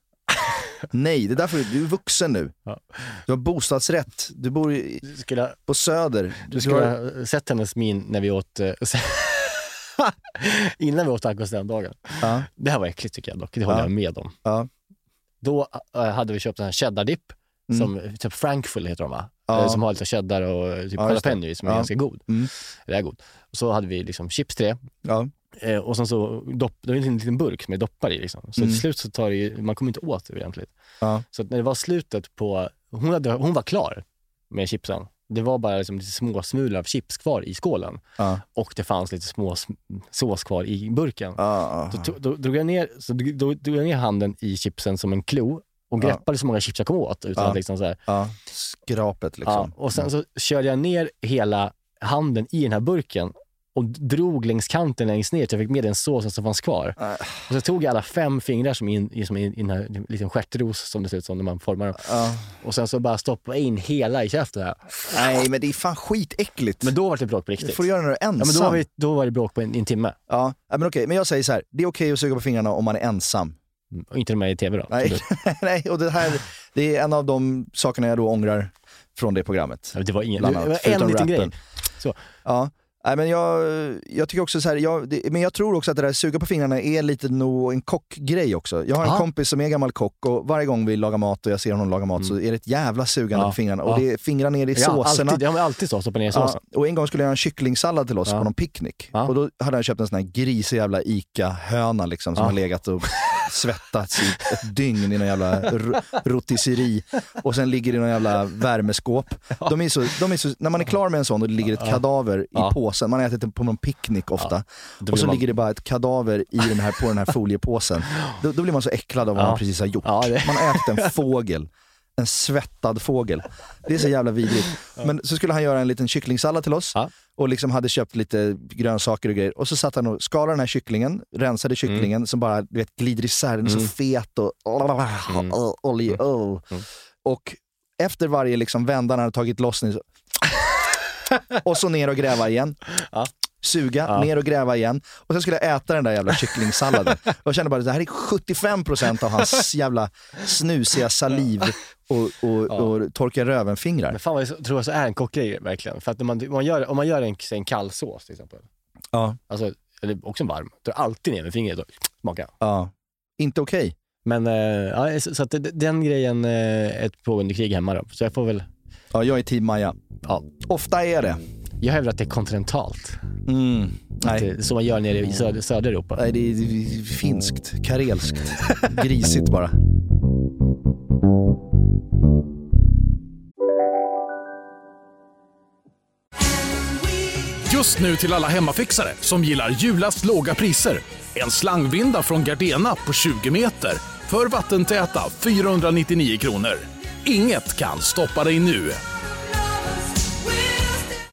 Speaker 6: Nej, det är därför du är vuxen nu. Du har bostadsrätt, du bor i, på Söder.
Speaker 7: Du skulle ha sett hennes min när vi åt... eh, innan vi åt tacos den dagen.
Speaker 6: Ja.
Speaker 7: Det här var äckligt tycker jag dock, det håller
Speaker 6: Ja.
Speaker 7: jag med om.
Speaker 6: Ja.
Speaker 7: Då eh, hade vi köpt en cheddar-dipp,
Speaker 6: Mm.
Speaker 7: som typ Frankful heter de va?
Speaker 6: Ja.
Speaker 7: Eh, Som har lite cheddar och eh, typ
Speaker 6: Ja, just det.
Speaker 7: jalapeno i, som är
Speaker 6: Ja.
Speaker 7: ganska god.
Speaker 6: Mm.
Speaker 7: Det är god. Och så hade vi liksom chips till det.
Speaker 6: Ja.
Speaker 7: Eh, och sen så, dopp, det var en liten burk med doppar i liksom. Så
Speaker 6: Mm.
Speaker 7: till slut så tar det ju, man kommer inte åt det ordentligt.
Speaker 6: Ja.
Speaker 7: Så att när det var slutet på, hon, hade, hon var klar med chipsen. Det var bara liksom lite små smulor av chips kvar i skålen
Speaker 6: Ja.
Speaker 7: och det fanns lite små sm- sås kvar i burken.
Speaker 6: Ja,
Speaker 7: Då, to- då, drog jag ner, så dro- då drog jag ner handen i chipsen som en klo och
Speaker 6: Ja.
Speaker 7: greppade så många chips jag kom åt. Utan
Speaker 6: Ja.
Speaker 7: att liksom så här.
Speaker 6: Ja. Skrapet liksom.
Speaker 7: Ja, och sen så körde jag ner hela handen i den här burken och drog längs kanten längst ner så jag fick med den såsen som fanns kvar.
Speaker 6: Äh.
Speaker 7: Och så tog jag alla fem fingrar som in, i- som in, i den här liten stjärtros som det ser ut som när man formar dem. Och sen så bara stoppade jag in hela i käften. Här.
Speaker 6: Nej, men det är fan skitäckligt.
Speaker 7: Men då var det bråk på riktigt.
Speaker 6: Det får du göra när du är
Speaker 7: Ja, men då, var
Speaker 6: ensam.
Speaker 7: vi, då var det bråk på en, i en timme.
Speaker 6: Ja, ja, men okej. Men jag säger så här, det är okej att suga på fingrarna om man är ensam.
Speaker 7: Och inte när man är i tv då.
Speaker 6: Nej, nej och det här det är en av de sakerna jag då ångrar från det programmet.
Speaker 7: Det var, ingen,
Speaker 6: bland
Speaker 7: det
Speaker 6: annat,
Speaker 7: var en
Speaker 6: förutom
Speaker 7: liten grej.
Speaker 6: rappen.
Speaker 7: Så.
Speaker 6: Ja. Nej, men jag, jag tycker också så här, jag, det, men jag tror också att det där suga på fingrarna är lite nog en kockgrej också. Jag har en
Speaker 7: Ja.
Speaker 6: kompis som är gammal kock och varje gång vi lagar mat och jag ser honom laga mat så är det ett jävla sugande
Speaker 7: Mm. Ja.
Speaker 6: på fingrarna. Och
Speaker 7: Ja.
Speaker 6: det är fingrar ner i
Speaker 7: Ja,
Speaker 6: såserna.
Speaker 7: alltid, ja, men alltid så. Stoppa ner i såsen.
Speaker 6: Ja, och en gång skulle jag göra en kycklingsallad till oss på någon picknick. Och då hade han köpt en sån här grisig jävla ICA-höna liksom, som
Speaker 7: Ja.
Speaker 6: har legat och svettats i ett dygn i någon jävla ro- rotisseri. Och sen ligger det i någon jävla värmeskåp. De är så, de är så, när man är klar med en sån och det ligger ett kadaver i påsen, man har ätit den på någon picknick ofta,
Speaker 7: Då
Speaker 6: och så
Speaker 7: blir man-
Speaker 6: ligger det bara ett kadaver i den här, på den här foliepåsen. Då, då blir man så äcklad av vad
Speaker 7: Ja.
Speaker 6: man precis har gjort.
Speaker 7: Ja, det-
Speaker 6: Man har ätit en fågel. En svettad fågel. Det är så jävla vidrigt. Men så skulle han göra en liten kycklingsallad till oss och liksom hade köpt lite grönsaker och grejer. Och så satt han och skalade den här kycklingen, rensade kycklingen som bara du vet, glider isär. Den är så
Speaker 7: Mm.
Speaker 6: fet och
Speaker 7: Mm.
Speaker 6: oh, olje. Oh. Och efter varje liksom vända när han hade tagit loss den så... och så ner och gräva igen. Suga, ner och gräva igen. Och sen skulle jag äta den där jävla kycklingsalladen. Och jag kände bara att det här är 75% av hans jävla snusiga saliv och, och, och torka röven-fingrar.
Speaker 7: Men fan vad jag så- tror jag så är en kockgrej verkligen. För att när man, om man gör, om man gör en, säg en kall sås till exempel,
Speaker 6: Ja.
Speaker 7: alltså, eller också en varm, drar alltid ner med fingret och smaka.
Speaker 6: ja. Inte okej.
Speaker 7: Men eh, ja, så, så att det- den grejen eh, är ett pågående krig hemma då. Så jag får väl...
Speaker 6: Ja, jag är team Maja.
Speaker 7: Ja.
Speaker 6: Ofta är det.
Speaker 7: Jag hävdar att det är kontinentalt.
Speaker 6: Mm.
Speaker 7: Att det- Som man gör nere
Speaker 10: Mm.
Speaker 7: i söder, södra Europa.
Speaker 6: Nej, det är, det är finskt, karelskt, grisigt bara.
Speaker 1: Just nu till alla hemmafixare som gillar Julas låga priser. En slangvinda från Gardena på 20 meter för vattentäta 499 kronor. Inget kan stoppa dig nu.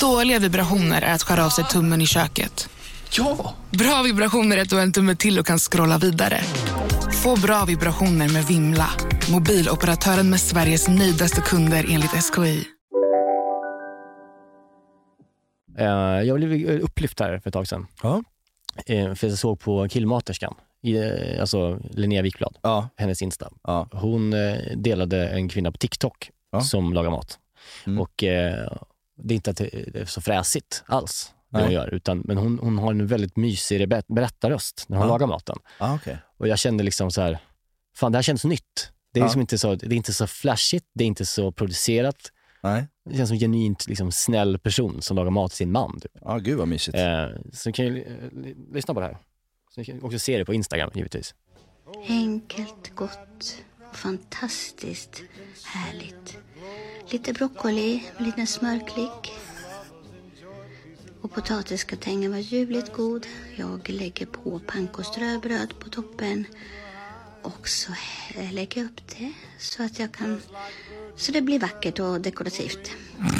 Speaker 15: Dåliga vibrationer är att skära av sig tummen i köket.
Speaker 16: Ja!
Speaker 15: Bra vibrationer är att du har en tumme till och kan scrolla vidare. Få bra vibrationer med Vimla. Mobiloperatören med Sveriges nöjdaste kunder enligt SKI.
Speaker 7: Eh, jag blev upplyft här för ett tag sedan. Eh, för jag såg på killmaterskan, i, eh, alltså Linnea Wikblad, hennes Insta. Hon eh, delade en kvinna på TikTok som lagar mat.
Speaker 10: Mm.
Speaker 7: Och eh, det är inte att det är så fräsigt alls, det
Speaker 10: Nej.
Speaker 7: hon gör. Utan, men hon, hon har en väldigt mysig ber- berättarröst när hon
Speaker 10: Ja.
Speaker 7: lagar maten.
Speaker 10: Ah, okay.
Speaker 7: Och jag kände liksom så här, fan det här känns nytt. Det är,
Speaker 10: Ja.
Speaker 7: liksom inte, så, det är inte så flashigt, det är inte så producerat. Det känns som en genuint liksom, snäll person som lagar mat till sin man. Typ.
Speaker 6: Ja, gud vad mysigt.
Speaker 7: Eh, så ni kan ju eh, lyssna på det här. Så ni kan också se det på Instagram givetvis.
Speaker 17: Enkelt, gott, fantastiskt, härligt. Lite broccoli med en liten smörklick. Och potatisgratänger var ljuvligt god. Jag lägger på pankoströbröd på toppen. Och så eh, lägger jag upp det så att jag kan... Så det blir vackert och dekorativt.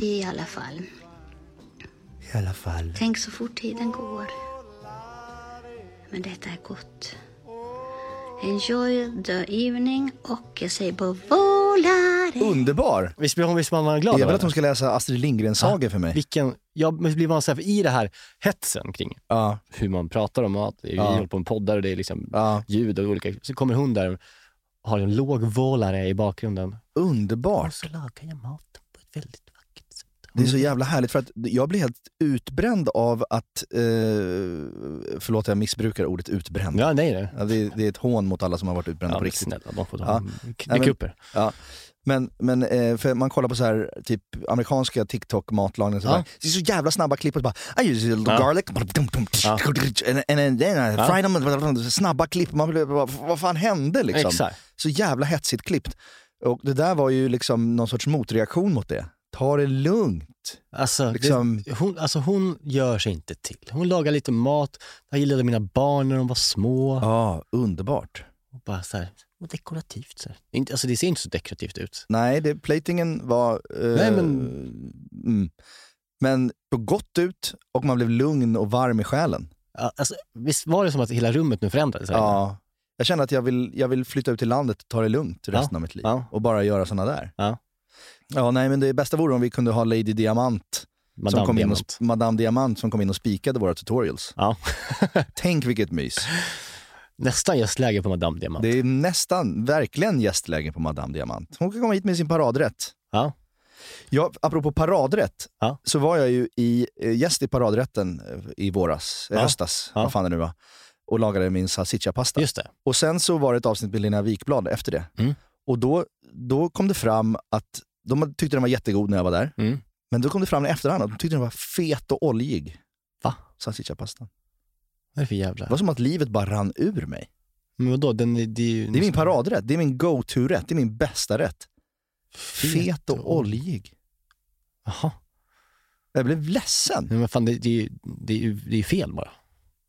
Speaker 17: I alla fall.
Speaker 2: I alla fall.
Speaker 17: Tänk så fort tiden går. Men detta är gott. Enjoy the evening och jag säger på volare.
Speaker 6: Underbar!
Speaker 7: Visst blir hon, visst man glad
Speaker 6: Jag
Speaker 7: av
Speaker 6: vill
Speaker 7: det?
Speaker 6: att hon ska läsa Astrid Lindgren-sagor för mig.
Speaker 7: Vilken, ja, men blir man så här, för i det här hetsen kring hur man pratar om mat, vi
Speaker 6: Ja.
Speaker 7: håller på med poddar och det är liksom ljud och olika, så kommer hon där och har en lågvålare i bakgrunden.
Speaker 6: Underbart!
Speaker 7: Så lagar jag mat.
Speaker 6: Det är så jävla härligt för att jag blir helt utbränd av att, eh, förlåt jag missbrukar ordet utbränd.
Speaker 7: Ja, nej, nej.
Speaker 6: Ja, det, det är ett hån mot alla som har varit utbrända
Speaker 7: Ja,
Speaker 6: på
Speaker 7: men
Speaker 6: riktigt.
Speaker 7: snälla, de får ta-
Speaker 6: Nej,
Speaker 7: dyka
Speaker 6: men-
Speaker 7: upp er.
Speaker 6: Ja. Men, men eh, för man kollar på så här, typ amerikanska TikTok-matlagning, så
Speaker 7: Ja.
Speaker 6: bara, det är så jävla snabba klipp och så bara I use a little
Speaker 7: Ja.
Speaker 6: garlic, and, and, and then I
Speaker 7: Ja.
Speaker 6: fry them, snabba klipp, man blir, bara, vad fan hände liksom?
Speaker 7: Exakt.
Speaker 6: Så jävla hetsigt klippt. Och det där var ju liksom någon sorts motreaktion mot det. Ta det lugnt.
Speaker 7: Alltså,
Speaker 6: Liksom-
Speaker 7: det, hon, alltså hon gör sig inte till. Hon lagar lite mat. Jag gillade mina barn när de var små.
Speaker 6: Ja, underbart.
Speaker 7: Och bara så här, och dekorativt. Så här. Inte, alltså det ser inte så dekorativt ut.
Speaker 6: Nej, det, platingen var... eh,
Speaker 7: Nej, men-
Speaker 6: mm. men det såg gott ut och man blev lugn och varm i själen.
Speaker 7: Ja, Alltså, visst var det som att hela rummet nu förändrades? här inne?
Speaker 6: Ja. Jag känner att jag vill, jag vill flytta ut till landet och ta det lugnt resten
Speaker 7: Ja,
Speaker 6: av mitt liv.
Speaker 7: ja.
Speaker 6: Och bara göra såna där.
Speaker 7: Ja.
Speaker 6: Ja, nej men det bästa vore om vi kunde ha Lady Diamant.
Speaker 7: Madame
Speaker 6: som kom In och,
Speaker 7: Diamant.
Speaker 6: sp- Madame Diamant som kom in och spikade våra tutorials. Tänk vilket mys.
Speaker 7: Nästan gästläge på Madame Diamant.
Speaker 6: Det är nästan, verkligen gästläge på Madame Diamant. Hon kan komma hit med sin paradrätt.
Speaker 7: Ja.
Speaker 6: Ja, apropå paradrätt, så var jag ju i, eh, gäst i paradrätten eh, i våras, eh,
Speaker 7: Ja.
Speaker 6: höstas, vad fan det nu var, och lagade min salsicciapasta.
Speaker 7: Just det.
Speaker 6: Och sen så var det ett avsnitt med Lena Wikblad efter det.
Speaker 7: Mm.
Speaker 6: Och då, då kom det fram att de tyckte den var jättegod när jag var där,
Speaker 7: Mm.
Speaker 6: men då kom det fram i efterhand att de tyckte den var fet och oljig.
Speaker 7: Va?
Speaker 6: Salsicciapastan.
Speaker 7: Vad är det för jävla...
Speaker 6: Det var som att livet bara rann ur mig.
Speaker 7: Men vadå, den, är- det är ju...
Speaker 6: Det är min paradrätt, det är min go-to-rätt, det är min bästa rätt. Fet och oljig.
Speaker 7: Jaha.
Speaker 6: Jag blev ledsen.
Speaker 7: Nej, men fan, det, det, är ju- det, är ju- det är ju fel bara.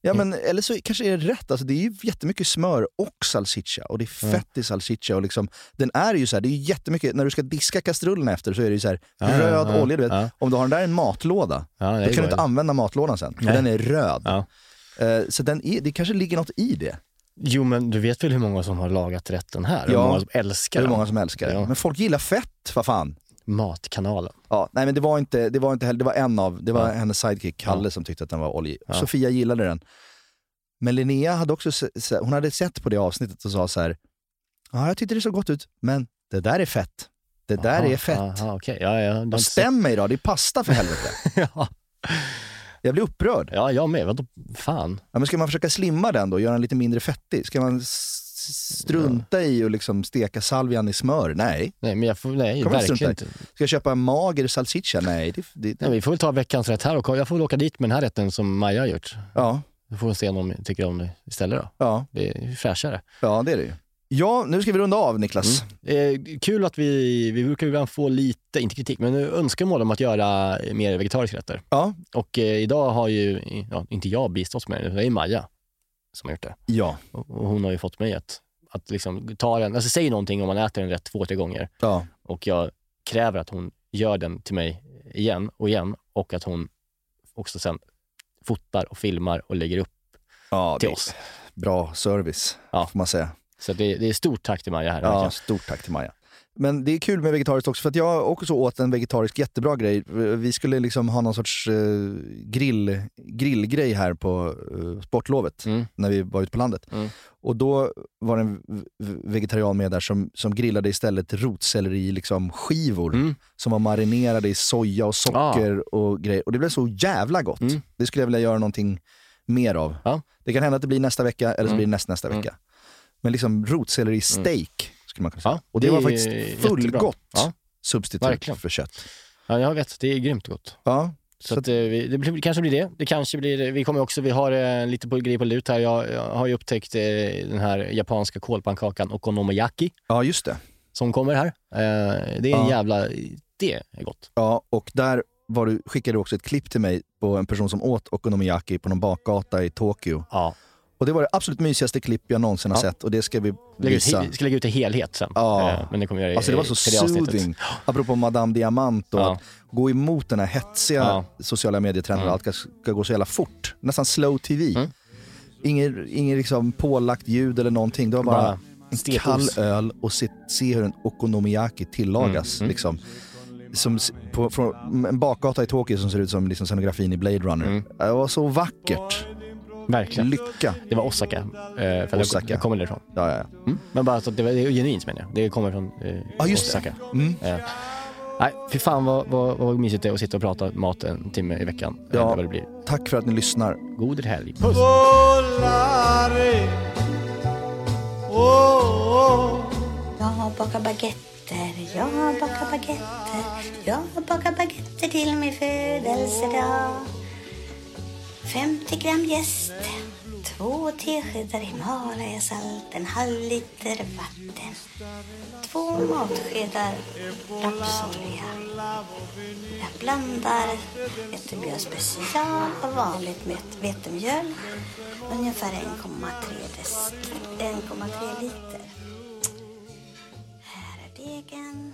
Speaker 6: Ja,
Speaker 7: Mm.
Speaker 6: men, eller så kanske är det rätt. Alltså, det är ju jättemycket smör och salsiccia och det är
Speaker 7: Mm.
Speaker 6: fett i salsiccia. Och liksom, den är ju så här, det är ju jättemycket, när du ska diska kastrullen efter så är det ju så här,
Speaker 7: Ja,
Speaker 6: röd
Speaker 7: ja, ja,
Speaker 6: olja. Du vet.
Speaker 7: ja.
Speaker 6: Om du har den där i en matlåda,
Speaker 7: Ja, det
Speaker 6: då
Speaker 7: är
Speaker 6: kan
Speaker 7: bra.
Speaker 6: du inte använda matlådan sen, för
Speaker 7: Nej.
Speaker 6: den är röd.
Speaker 7: Ja.
Speaker 6: Eh, så den är, det kanske ligger något i det.
Speaker 7: Jo, men du vet väl hur många som har lagat rätten här? Hur
Speaker 6: Ja.
Speaker 7: många som älskar
Speaker 6: Hur
Speaker 7: den?
Speaker 6: många som älskar det. Men folk gillar fett, vad fan.
Speaker 7: Matkanalen.
Speaker 6: Ja, nej men det var inte, det var inte heller, det var en av, det var hennes sidekick Kalle som tyckte att den var oljig.
Speaker 7: Ja.
Speaker 6: Sofia gillade den. Men Linnea hade också, se- se- hon hade sett på det avsnittet och sa så här, ja jag tyckte det såg gott ut, men det där är fett. Det där
Speaker 7: Aha,
Speaker 6: är fett.
Speaker 7: aha, okej. Ja, ja, du
Speaker 6: Vad
Speaker 7: har inte
Speaker 6: stäm mig då, det är pasta för helvete. Jag blir upprörd.
Speaker 7: Ja, jag med. Vadå fan?
Speaker 6: Ja, men ska man försöka slimma den då, göra den lite mindre fettig? Ska man s- strunta i och liksom steka salvian i smör? Nej.
Speaker 7: Nej, men jag får, nej
Speaker 6: Kommer jag
Speaker 7: verkligen
Speaker 6: strunta i.
Speaker 7: inte.
Speaker 6: Ska jag köpa en mager salsiccia? Nej. Det, det,
Speaker 7: Nej, vi får väl ta veckans rätt här och kolla. jag får väl åka dit med den här rätten som Maja har gjort.
Speaker 6: Ja.
Speaker 7: Då får vi se om de tycker om det istället då.
Speaker 6: Ja.
Speaker 7: Det är ju fräschare.
Speaker 6: Ja, det är det ju. Ja, nu ska vi runda av Niklas.
Speaker 7: Eh, kul att vi, vi brukar ibland få lite, inte kritik, men önskemål om att göra mer vegetariska rätter.
Speaker 6: Ja.
Speaker 7: Och eh, idag har ju, ja, inte jag bistått med det, det är ju Maja som har gjort det.
Speaker 6: Ja.
Speaker 7: Och, och hon har ju fått mig att, att liksom ta den, alltså säg någonting om man äter en rätt två, tre gånger.
Speaker 6: Ja.
Speaker 7: Och jag kräver att hon gör den till mig igen och igen och att hon också sen fotar och filmar och lägger upp till oss.
Speaker 6: Bra service, får man säga.
Speaker 7: Så det, det är stort tack till Maja här.
Speaker 6: Ja,
Speaker 7: verkligen.
Speaker 6: stort tack till Maja. Men det är kul med vegetariskt också, för att jag också åt en vegetarisk jättebra grej. Vi skulle liksom ha någon sorts eh, grill, grillgrej här på eh, sportlovet, när vi var ute på landet. Och då var det en v- v- vegetarian med där som, som grillade istället rotselleri liksom skivor som var marinerade i soja och socker och grejer. Och det blev så jävla gott. Det skulle jag vilja göra någonting mer av. Det kan hända att det blir nästa vecka, eller så
Speaker 7: Mm.
Speaker 6: blir det näst, nästa vecka. Men liksom rotselleri steak skulle man kunna säga.
Speaker 7: Ja,
Speaker 6: och det,
Speaker 7: det
Speaker 6: var
Speaker 7: är
Speaker 6: faktiskt
Speaker 7: jättebra.
Speaker 6: fullgott
Speaker 7: Ja.
Speaker 6: substitut
Speaker 7: Verkligen.
Speaker 6: för kött.
Speaker 7: Ja, jag vet. Det är grymt gott.
Speaker 6: Ja.
Speaker 7: Så, att, eh, vi, det blir, kanske blir det. Det kanske blir, vi kommer också, vi har eh, lite på, grejer på lut här. Jag, jag har ju upptäckt eh, den här japanska kolpannkakan okonomiyaki
Speaker 6: Ja, just det.
Speaker 7: som kommer här. Eh, det är
Speaker 6: Ja.
Speaker 7: en jävla, det är gott.
Speaker 6: Ja, och där var du, skickade du också ett klipp till mig på en person som åt okonomiyaki på någon bakgata i Tokyo.
Speaker 7: Ja.
Speaker 6: Och det var det absolut mysigaste klipp jag någonsin har
Speaker 7: Ja.
Speaker 6: sett och det ska vi
Speaker 7: Lägger ut,
Speaker 6: visa.
Speaker 7: he- ska lägga ut i helhet sen.
Speaker 6: Ja.
Speaker 7: Eh, men det kommer jag göra i-
Speaker 6: alltså det var så
Speaker 7: till det avsnittet.
Speaker 6: soothing. Apropå Madame Diamant och att gå emot den här hetsiga
Speaker 7: Ja.
Speaker 6: sociala medietrenden. Allt ska, ska gå så jävla fort. Nästan slow tv. Ingen, ingen liksom pålagt ljud eller någonting. Det var bara,
Speaker 7: Bara Mm,
Speaker 6: en
Speaker 7: stekos.
Speaker 6: kall öl och se, se hur en okonomiyaki tillagas.
Speaker 7: Mm, mm.
Speaker 6: Liksom. Som, s- på, från en bakgata i Tokyo som ser ut som liksom scenografin i Blade Runner. Det var så vackert.
Speaker 7: mm. Verkligen.
Speaker 6: Lycka.
Speaker 7: Det var Osaka. Eh, för att
Speaker 6: Osaka.
Speaker 7: Jag, jag kommer därifrån.
Speaker 6: Ja, ja, ja.
Speaker 7: Mm. Men bara så att det, var- det är genuint menar jag. Det kommer från eh,
Speaker 6: Ja, just det. Mm.
Speaker 7: Osaka. Eh, nej, fy fan vad, vad, vad mysigt det är att sitta och prata mat en timme i veckan. Ja. Eller vad det blir.
Speaker 6: Tack för att ni lyssnar.
Speaker 7: God helg.
Speaker 18: Volare. Oh, oh.
Speaker 17: Jag har bakat baguetter, jag har bakat baguetter. Jag har bakat baguetter till min födelsedag. 50 gram jäst, två teskedar Himalayasalt, en halv liter vatten, två matskedar rapsolja. Jag blandar vetemjöl special och vanligt med vetemjöl. Ungefär 1,3 des- 1,3 liter. Här är degen.